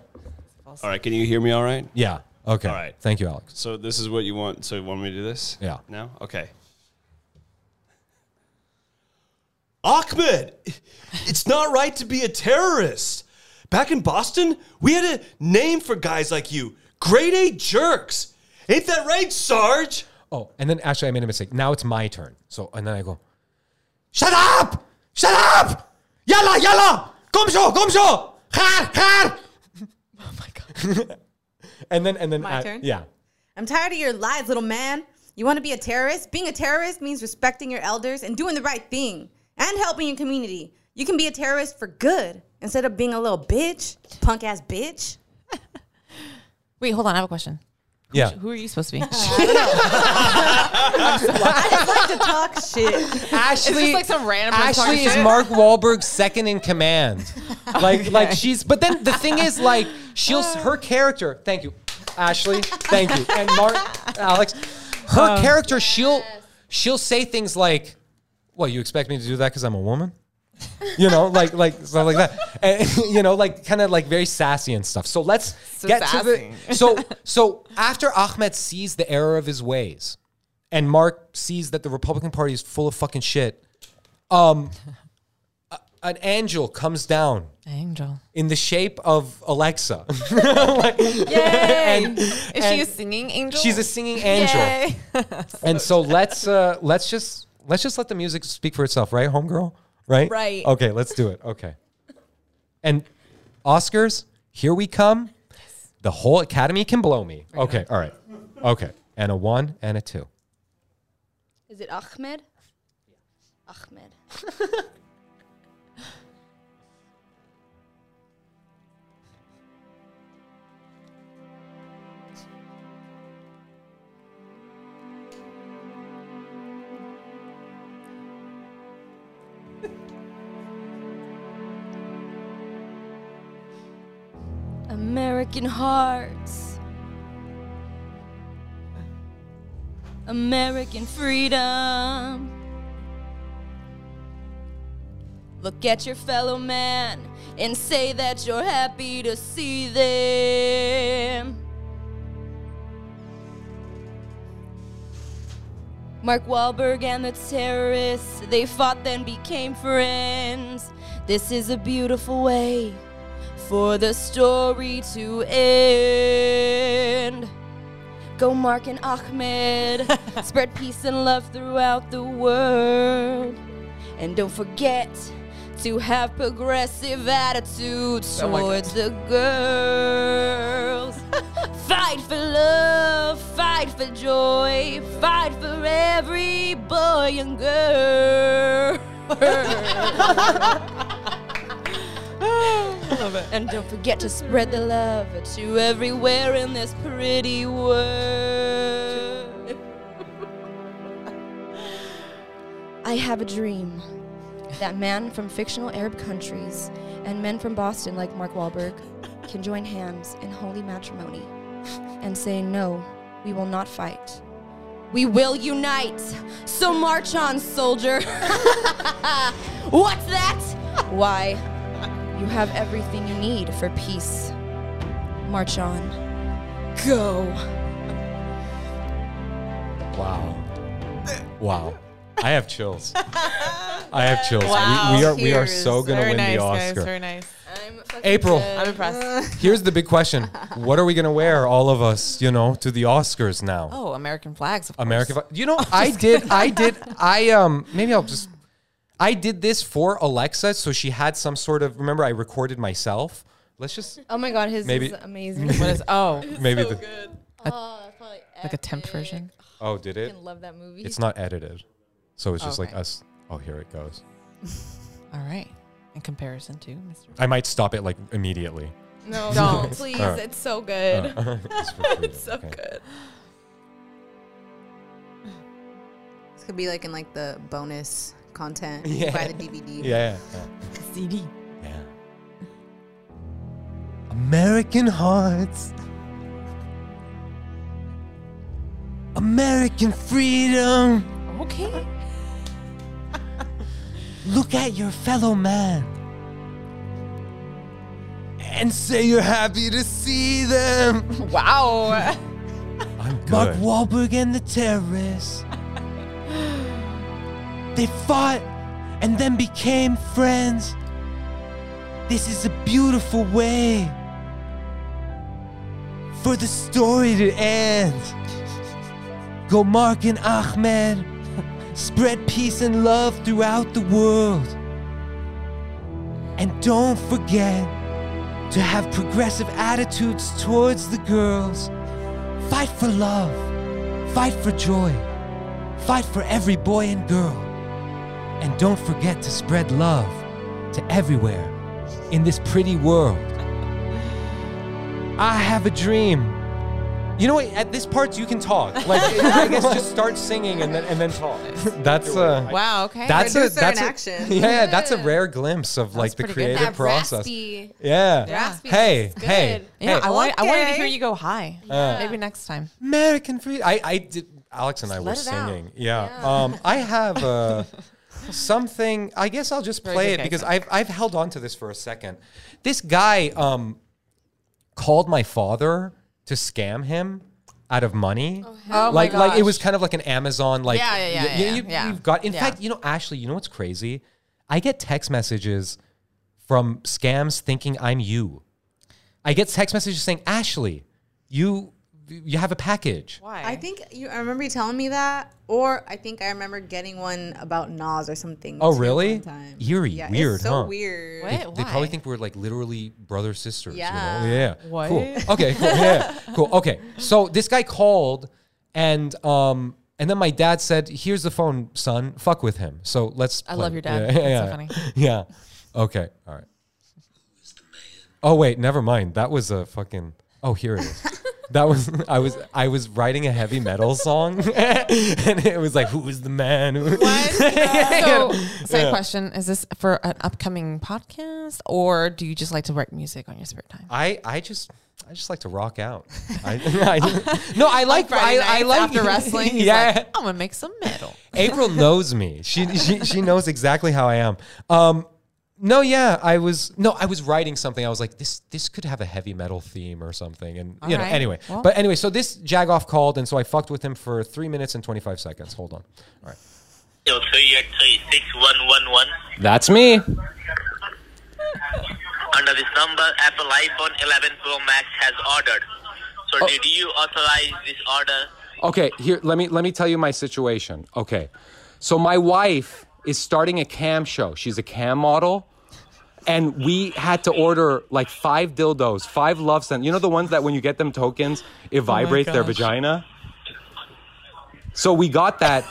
H: All right. Can you hear me? All right.
B: yeah. Okay.
H: All right.
B: Thank you, Alex.
H: So this is what you want. So you want me to do this?
B: Yeah.
H: Now? Okay. Ahmed, it's not right to be a terrorist. Back in Boston, we had a name for guys like you. Grade A jerks. Ain't that right, Sarge?
B: Oh, and then actually, I made a mistake. Now it's my turn. So and then I go, shut up, shut up, yalla, yalla, come show, come show, har, har. Oh my god. and then and then
D: My
B: I-
D: turn?
B: Yeah.
D: I'm tired of your lies, little man. You want to be a terrorist? Being a terrorist means respecting your elders and doing the right thing and helping your community. You can be a terrorist for good instead of being a little bitch, punk ass bitch.
C: Wait, hold on. I have a question.
B: Yeah.
C: Who are you supposed to be?
D: I just like to talk shit.
B: Ashley
C: Is this like some random person
B: Ashley
C: talking
B: is
C: shit?
B: Mark Wahlberg's second in command. Like like she's but then the thing is like she'll her character. Thank you. Ashley, thank you. And Mark Alex her
C: Um,
B: character she'll she'll say things like well, you expect me to do that cuz I'm a woman? You know, like like stuff like that. And, you know, like kind of like very sassy and stuff. So let's get
C: sassy.
B: to the So so after Ahmed sees the error of his ways and Mark sees that the Republican Party is full of fucking shit um, an angel comes down
C: Angel.
B: in the shape of Alexa.
C: Yay! is she a
B: and-
C: singing angel?
B: She's a singing angel.
C: Yay.
B: And so let's uh, let's just let's just let the music speak for itself, right, homegirl? Right?
F: Right.
B: Okay, let's do it. Okay. And Oscars, here we come. The whole academy can blow me. Okay, all right. Okay. And a one and a two.
F: Is it Ahmed? Ahmed. American hearts. American freedom. Look at your fellow man and say that you're happy to see them. Mark Wahlberg and the terrorists, they fought then became friends. This is a beautiful way for the story to end. Go Mark and Ahmed. Spread peace and love throughout the world. And don't forget to have progressive attitudes
C: my
F: towards the girls. fight for love, fight for joy, fight for every boy and girl. And don't forget to spread the love to everywhere in this pretty world. I have a dream that men from fictional Arab countries and men from Boston, like Mark Wahlberg, can join hands in holy matrimony and say, No, we will not fight. We will unite. So march on, soldier. What's that? Why? You have everything you need for peace. March on. Go.
B: Wow. Wow. I have chills. I have chills. We, we are we are so gonna
C: Very
B: win
C: nice,
B: the
C: guys.
B: Oscar.
C: Very nice.
B: April,
C: I'm impressed.
B: here's the big question: What are we gonna wear, all of us, you know, to the Oscars now?
C: Oh, American flags. Of course.
B: America. fi- You know, I did. I did. I um. Maybe I'll just. I did this for Alexa, so she had some sort of. Remember, I recorded myself. Let's just
F: Oh my god, his
B: Maybe-
F: is amazing.
C: What is? Oh,
B: maybe the.
E: Oh, that's probably
C: like a temp version.
B: Oh, did
F: I
B: it?
F: love that movie.
B: It's not edited, so it's just like
C: Okay.
B: us. Oh, here it goes.
C: All right. In comparison to Mr.
B: I might stop it like immediately.
F: no,
C: Don't.
F: please,
B: Alright.
F: it's so good.
B: Uh, it's for freedom,
F: it's so
B: okay.
F: good.
D: This could be like in like the bonus content.
B: Yeah.
D: You buy the DVD.
B: Yeah, yeah,
C: CD.
B: yeah, yeah. American hearts. American freedom.
C: Okay.
B: Look at your fellow man. And say you're happy to see them.
C: Wow.
B: I'm good. Mark Wahlberg and the terrorists. they fought and then became friends. This is a beautiful way for the story to end. Go Mark and Ahmed. Spread peace and love throughout the world. And don't forget to have progressive attitudes towards the girls. Fight for love. Fight for joy. Fight for every boy and girl. And don't forget to spread love to everywhere in this pretty world. I have a dream. You know what? At this part, you can talk. Like, I guess just start singing and then and then talk. That's uh,
C: Wow. Okay.
B: That's a
D: Producer in
B: that's a,
D: action.
B: yeah. That's a rare glimpse of like the
C: pretty good.
B: creative
E: that
B: process.
E: raspy.
B: Yeah.
C: Raspy
B: Hey,
E: is
B: hey,
E: good.
C: yeah,
B: hey.
C: I, want, I wanted to hear
D: Okay.
C: you go high.
B: Yeah.
C: Maybe next time.
B: American free. I, I did. Alex and I were
C: let it out.
B: singing. Yeah. Um, I have uh, something. I guess I'll just play
C: good,
B: it
C: guys.
B: because I've I've held on to this for a second. This guy um, called my father to scam him out of money.
C: Oh
B: like like it was kind of like an Amazon like
C: Yeah, yeah, yeah,
B: you,
C: yeah,
B: you,
C: yeah.
B: have got in
C: Yeah.
B: fact you know Ashley you know what's crazy I get text messages from scams thinking I'm you I get text messages saying Ashley you you have a package
C: Why?
D: I think you. I remember you telling me that, or I think I remember getting one about Nas or something.
B: Oh,
D: too
B: really?
D: one time.
B: Eerie,
D: yeah,
B: weird,
D: It's so
B: huh?
D: weird.
C: What?
B: they, they probably
C: Why?
B: think we're like literally brother sisters. you know?
D: Yeah.
B: Yeah.
C: What?
B: Cool. Okay. Cool. Yeah. cool. Okay. So this guy called, and um, and then my dad said, "Here's the phone, son. Fuck with him." So let's.
C: I
B: play
C: love
B: it.
C: your dad.
B: Yeah.
C: That's so
B: yeah.
C: funny.
B: Yeah. Okay. All right. Oh wait, never mind. That was a fucking. Oh, here it is. That was I was I was writing a heavy metal song, and it was like, "Who is the man?" Who-"
C: so, side question: Is this for an upcoming podcast, or do you just like to write music on your spare time?
B: I I just I just like to rock out. I, I- no, I like I, I like
C: after wrestling. he's
B: yeah,
C: like, I'm gonna make some metal.
B: April knows me. She she she knows exactly how I am. Um, no, yeah, I was no, I was writing something. I was like, this this could have a heavy metal theme or something, and you know,
C: right.
B: anyway.
C: Well-
B: But anyway, so this Jagoff called, and so I fucked with him for three minutes and twenty five seconds. Hold on, all right.
I: Yo, 38361111.
B: That's me.
I: Under this number, Apple iPhone 11 Pro Max has ordered. So So
B: Oh.
I: did you authorize this order?
B: Okay, here let me let me tell you my situation. Okay. So my wife is starting a cam show. She's a cam model. And we had to order like five dildos, five love scents. You know the ones that when you get them tokens, it vibrates their
C: gosh.
B: vagina? So we got that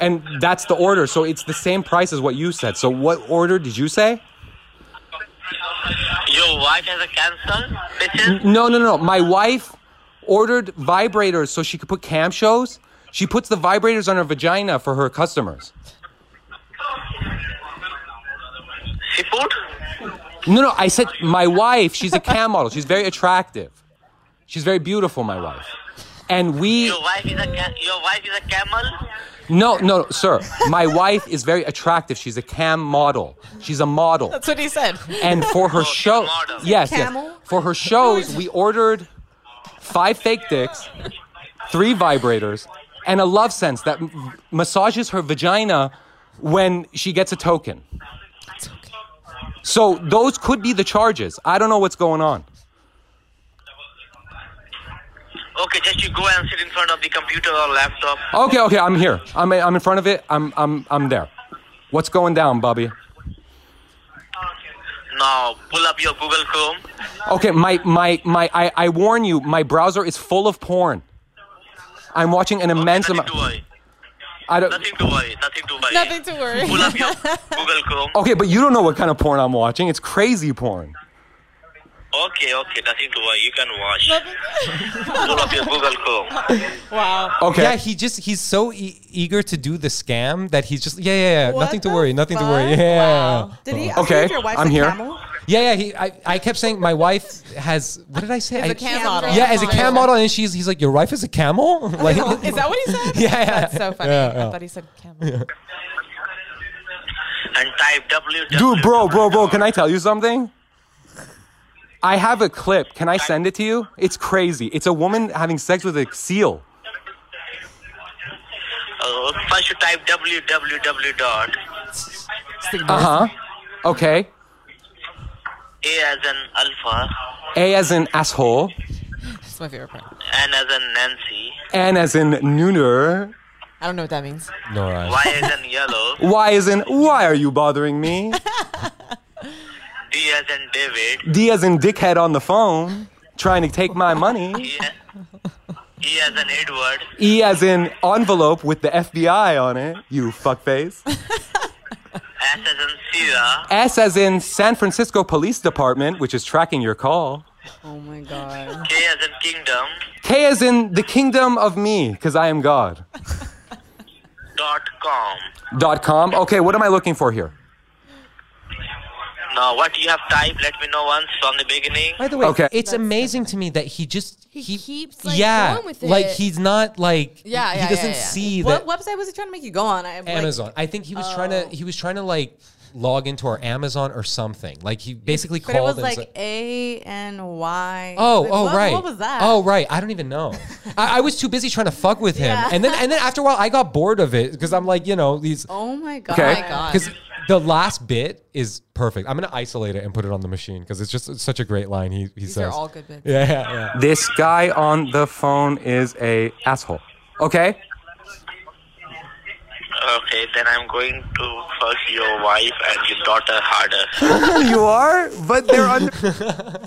B: and that's the order. So it's the same price as what you said. So what order did you say?
I: Your wife has a cancer patient?
B: No, no, no. My wife ordered vibrators so she could put cam shows. She puts the vibrators on her vagina for her customers.
I: Seafood?
B: No, no. I said my wife. She's a cam model. She's very attractive. She's very beautiful. My wife. And we
I: Your wife is a ca- your wife is a camel?
B: no, no, sir. My wife is very attractive. She's a cam model. She's a model.
C: That's what he said.
B: and for her show,
I: model.
B: yes,
D: Camel?
B: yes, for her shows, we ordered five fake dicks, three vibrators, and a love sense that m- massages her vagina when she gets a token. So those could be the charges. I don't know what's going on.
I: Okay, just you go and sit in front of the computer or laptop.
B: Okay, okay, I'm here. I'm I'm in front of it. I'm I'm I'm there. What's going down, Bubby?
I: Now pull up your Google Chrome.
B: Okay, my my my I, I warn you, my browser is full of porn. I'm watching an immense
I: nothing
B: amount.
I: to worry.
B: I don't.
I: Nothing to worry. Nothing to worry.
C: Nothing to worry.
I: Pull up your Google Chrome.
B: Okay, but you don't know what kind of porn I'm watching. It's crazy porn.
I: Okay, okay, nothing to worry. You can watch. Pull up your Google Chrome.
C: wow.
B: Okay.
J: Yeah, he just he's so e- eager to do the scam that he's just yeah yeah yeah
D: What
J: nothing to
D: the
J: worry nothing to worry
D: fuck?
J: yeah Oh.
C: Wow.
D: Did he?
B: Okay,
D: Your wife's
B: I'm
D: a
B: here.
D: Camel?
J: yeah yeah he I, I kept saying my wife has what did I say
C: As
J: I-
C: a cam model.
J: yeah as a cam model and she's he's like your wife is a camel like
C: Is that what he said?
J: Yeah.
C: That's so funny.
J: Yeah, yeah.
C: I thought he said camel.
I: And type www.
B: Dude, bro, bro, bro, can I tell you something? I have a clip. Can I send it to you? It's crazy. It's a woman having sex with a seal.
I: Uh, first you
J: Uh-huh.
I: type www dot
B: Uh
I: Uh-huh.
B: huh. Okay.
I: a as an alpha,
B: A as in asshole,
C: That's my favorite part.
I: n as an Nancy,
B: N as in nooner,
C: I don't know what that means.
J: no right.
I: y as an yellow,
B: Y as in why are you bothering me,
I: d as an David,
B: D as in dickhead on the phone trying to take my money,
I: e, e as an Edward,
B: E as in envelope with the FBI on it, you fuckface.
I: s as an Sierra,
B: S as in San Francisco Police Department, which is tracking your call.
D: Oh my god.
I: k as an kingdom,
B: K as in the kingdom of me, because I am God.
I: dot com.
B: Dot com. Okay, what am I looking for here?
I: Now what you have typed, let me know once from the beginning.
J: By the way,
B: Okay.
J: it's amazing to me that he just he,
F: keeps, like,
J: yeah,
F: going with
J: like
F: it.
J: he's not like
C: Yeah,
J: he
C: yeah, yeah,
J: doesn't
C: yeah.
J: see that
D: What website was he trying to make you go on? I, like,
J: Amazon. I think he was trying to he was trying to like log into our Amazon or something. Like he basically
D: But it
J: called
D: was
J: and
D: like
J: said-
D: A N Y.
J: Oh,
D: Like,
J: oh,
D: what-
J: right.
D: What was that?
J: Oh, right. I don't even know. I, I was too busy trying to fuck with him, and then and then after a while, I got bored of it because I'm like, you know, these
D: Oh my god.
B: Okay.
C: Oh my God.
J: because the last bit is perfect. I'm gonna isolate it and put it on the machine because it's just such a great line. He he
C: These
J: says,
C: are all good bits.
J: yeah, yeah, yeah.
B: This guy on the phone is a asshole. Okay.
I: Okay, then I'm going to fuck your wife and your daughter harder.
B: you are, but they're under.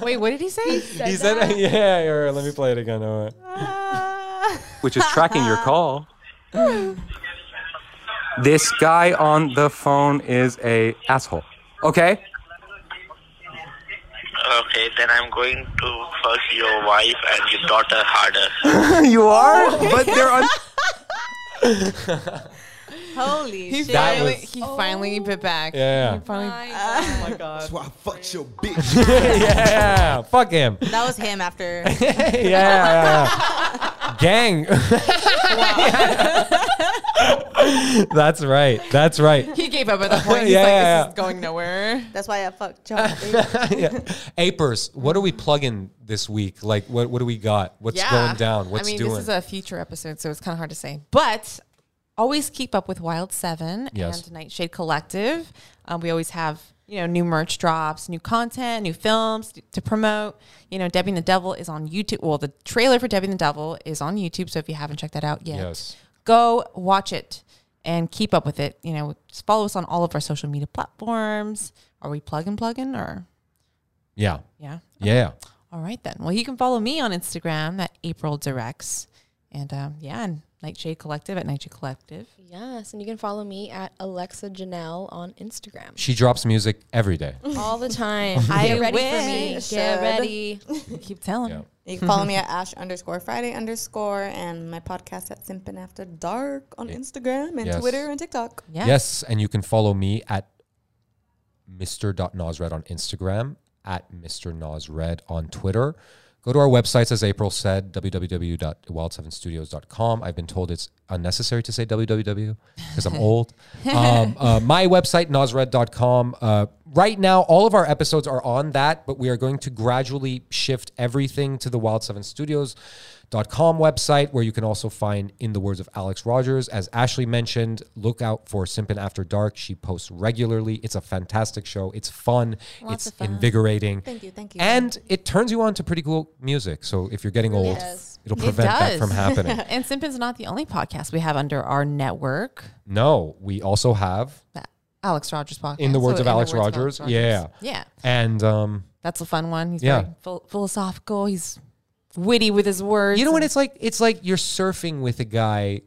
C: Wait, what did he say?
J: He said, yeah. Or let me play it again. all right.
B: Which is tracking your call. This guy on the phone is a asshole. Okay.
I: Okay, then I'm going to fuck your wife and your daughter harder.
B: you are,
C: Oh,
B: but they're un-
D: Holy
C: He
D: shit.
J: That
C: finally,
J: was-
C: he finally bit back.
J: Yeah.
C: He finally,
E: My God.
G: That's why I fucked your bitch.
J: yeah. Fuck him.
D: That was him after.
J: yeah, yeah, yeah. gang. That's right. That's right.
C: he gave up at that point. He's
J: Yeah,
C: like,
J: yeah,
C: this
J: yeah.
C: is going nowhere.
D: That's why I fucked John.
J: yeah. Apers, what are we plugging this week? Like, what what do we got? What's going down? What's
C: I mean,
J: doing?
C: this is a future episode, so it's kind of hard to say. But always keep up with Wild Seven
J: Yes.
C: and Nightshade Collective. Um, we always have you know, new merch drops, new content, new films to promote. You know, Debbie and the Devil is on YouTube. Well, the trailer for Debbie and the Devil is on YouTube. So if you haven't checked that out yet,
B: Yes.
C: go watch it and keep up with it. You know, just follow us on all of our social media platforms. Are we plugging, plugging, or
B: Yeah.
C: yeah?
B: Yeah.
C: All right then. Well, you can follow me on Instagram at April Directs, and um, yeah, and Nightshade Collective at Nightshade Collective.
F: Yes, and you can follow me at Alexa Janelle on Instagram
B: She drops music every day.
F: all the time.
C: I
F: Get ready for
C: wish.
F: me.
D: Should.
F: Get ready.
C: Keep telling.
B: Yeah.
D: You can follow me at Ash underscore Friday underscore and my podcast at Simpin After Dark on Instagram and
B: Yes.
D: Twitter and TikTok.
C: Yeah.
B: Yes, and you can follow me at Mr.Nosred on Instagram, at Mr. Nosred on Twitter. Go to our websites, as April said, www.wild7studios.com. I've been told it's unnecessary to say www because I'm old. um, uh, my website, nosred.com. Uh, right now, all of our episodes are on that, but we are going to gradually shift everything to the Wild7 Studios dot com website where you can also find in the words of alex rogers as ashley mentioned look out for simpin after dark she posts regularly it's a fantastic show it's fun it's invigorating
D: Thank you, thank you.
B: and it turns you on to pretty cool music so if you're getting old
F: does.
B: it'll
C: It
B: prevent that
C: does.
B: from happening
C: And Simpin's not the only podcast we have under our network.
B: no we also have
C: That Alex Rogers podcast.
B: in the words,
C: So
B: of, Alex
C: words of
B: rogers,
C: Alex
B: yeah
C: Yeah.
B: and um
C: That's a fun one. He's
B: Yeah.
C: very phil- philosophical. He's witty with his words.
B: you know what
C: and-
B: it's like it's like you're surfing with a guy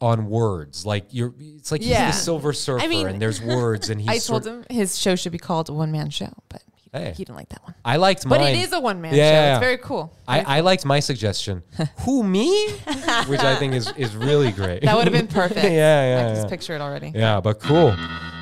B: on words like you're it's like
C: Yeah.
B: he's the silver surfer
C: mean-
B: and there's words and he's
C: I
B: sort
C: told him his show should be called One Man Show, but he,
B: Hey.
C: he didn't like that one.
B: I liked mine.
C: But it is a one man show.
B: Yeah.
C: It's very cool.
B: I, I liked my suggestion. Who me? Which I think is is really great.
C: That would have been perfect.
B: yeah,
C: I
B: yeah,
C: can just
B: yeah.
C: picture it already.
B: Yeah, but cool.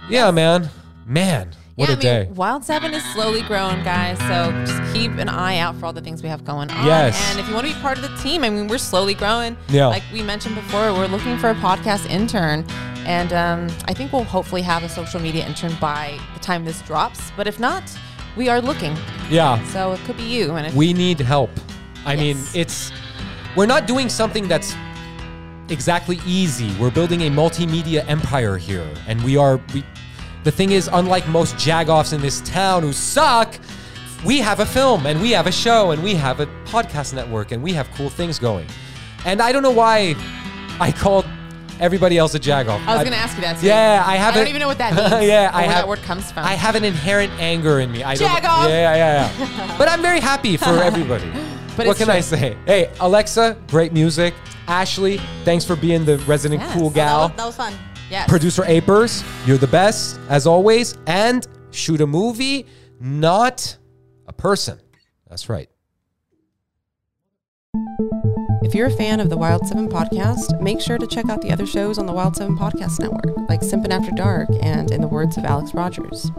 B: Yeah, man, man, what
C: yeah,
B: a
C: I
B: day.
C: mean, Wild Seven is slowly growing, guys. So just keep an eye out for all the things we have going on.
B: Yes.
C: And if you want to be part of the team, I mean, we're slowly growing.
B: Yeah.
C: Like we mentioned before, we're looking for a podcast intern. And um, I think we'll hopefully have a social media intern by the time this drops. But if not, we are looking.
B: yeah,
C: So it could be you. And if,
B: we need help. I mean,
C: Yes.
B: it's we're not doing something that's exactly easy. We're building a multimedia empire here, and we are. We, the thing is, unlike most jagoffs in this town who suck, we have a film, and we have a show, and we have a podcast network, and we have cool things going. And I don't know why I called everybody else a jagoff.
C: I was going to ask you that. Too.
B: Yeah, I have.
C: I don't
B: a-
C: even know what that means.
B: yeah,
C: or
B: I
C: where
B: have.
C: that word comes from.
B: I have an inherent anger in me. I don't.
C: Jag off.
B: Yeah, yeah, yeah. but I'm very happy for everybody.
C: But
B: what
C: it's
B: can I
C: true.
B: say? Hey, Alexa, great music. Ashley, thanks for being the resident
C: Yes.
B: cool
C: Oh,
D: that,
B: gal.
D: was, that was fun.
C: Yes.
B: Producer Apers, you're the best as always. And shoot a movie, not a person. That's right.
C: If you're a fan of the Wild 7 podcast, make sure to check out the other shows on the Wild 7 podcast network, like Simpin' After Dark and In the Words of Alex Rogers.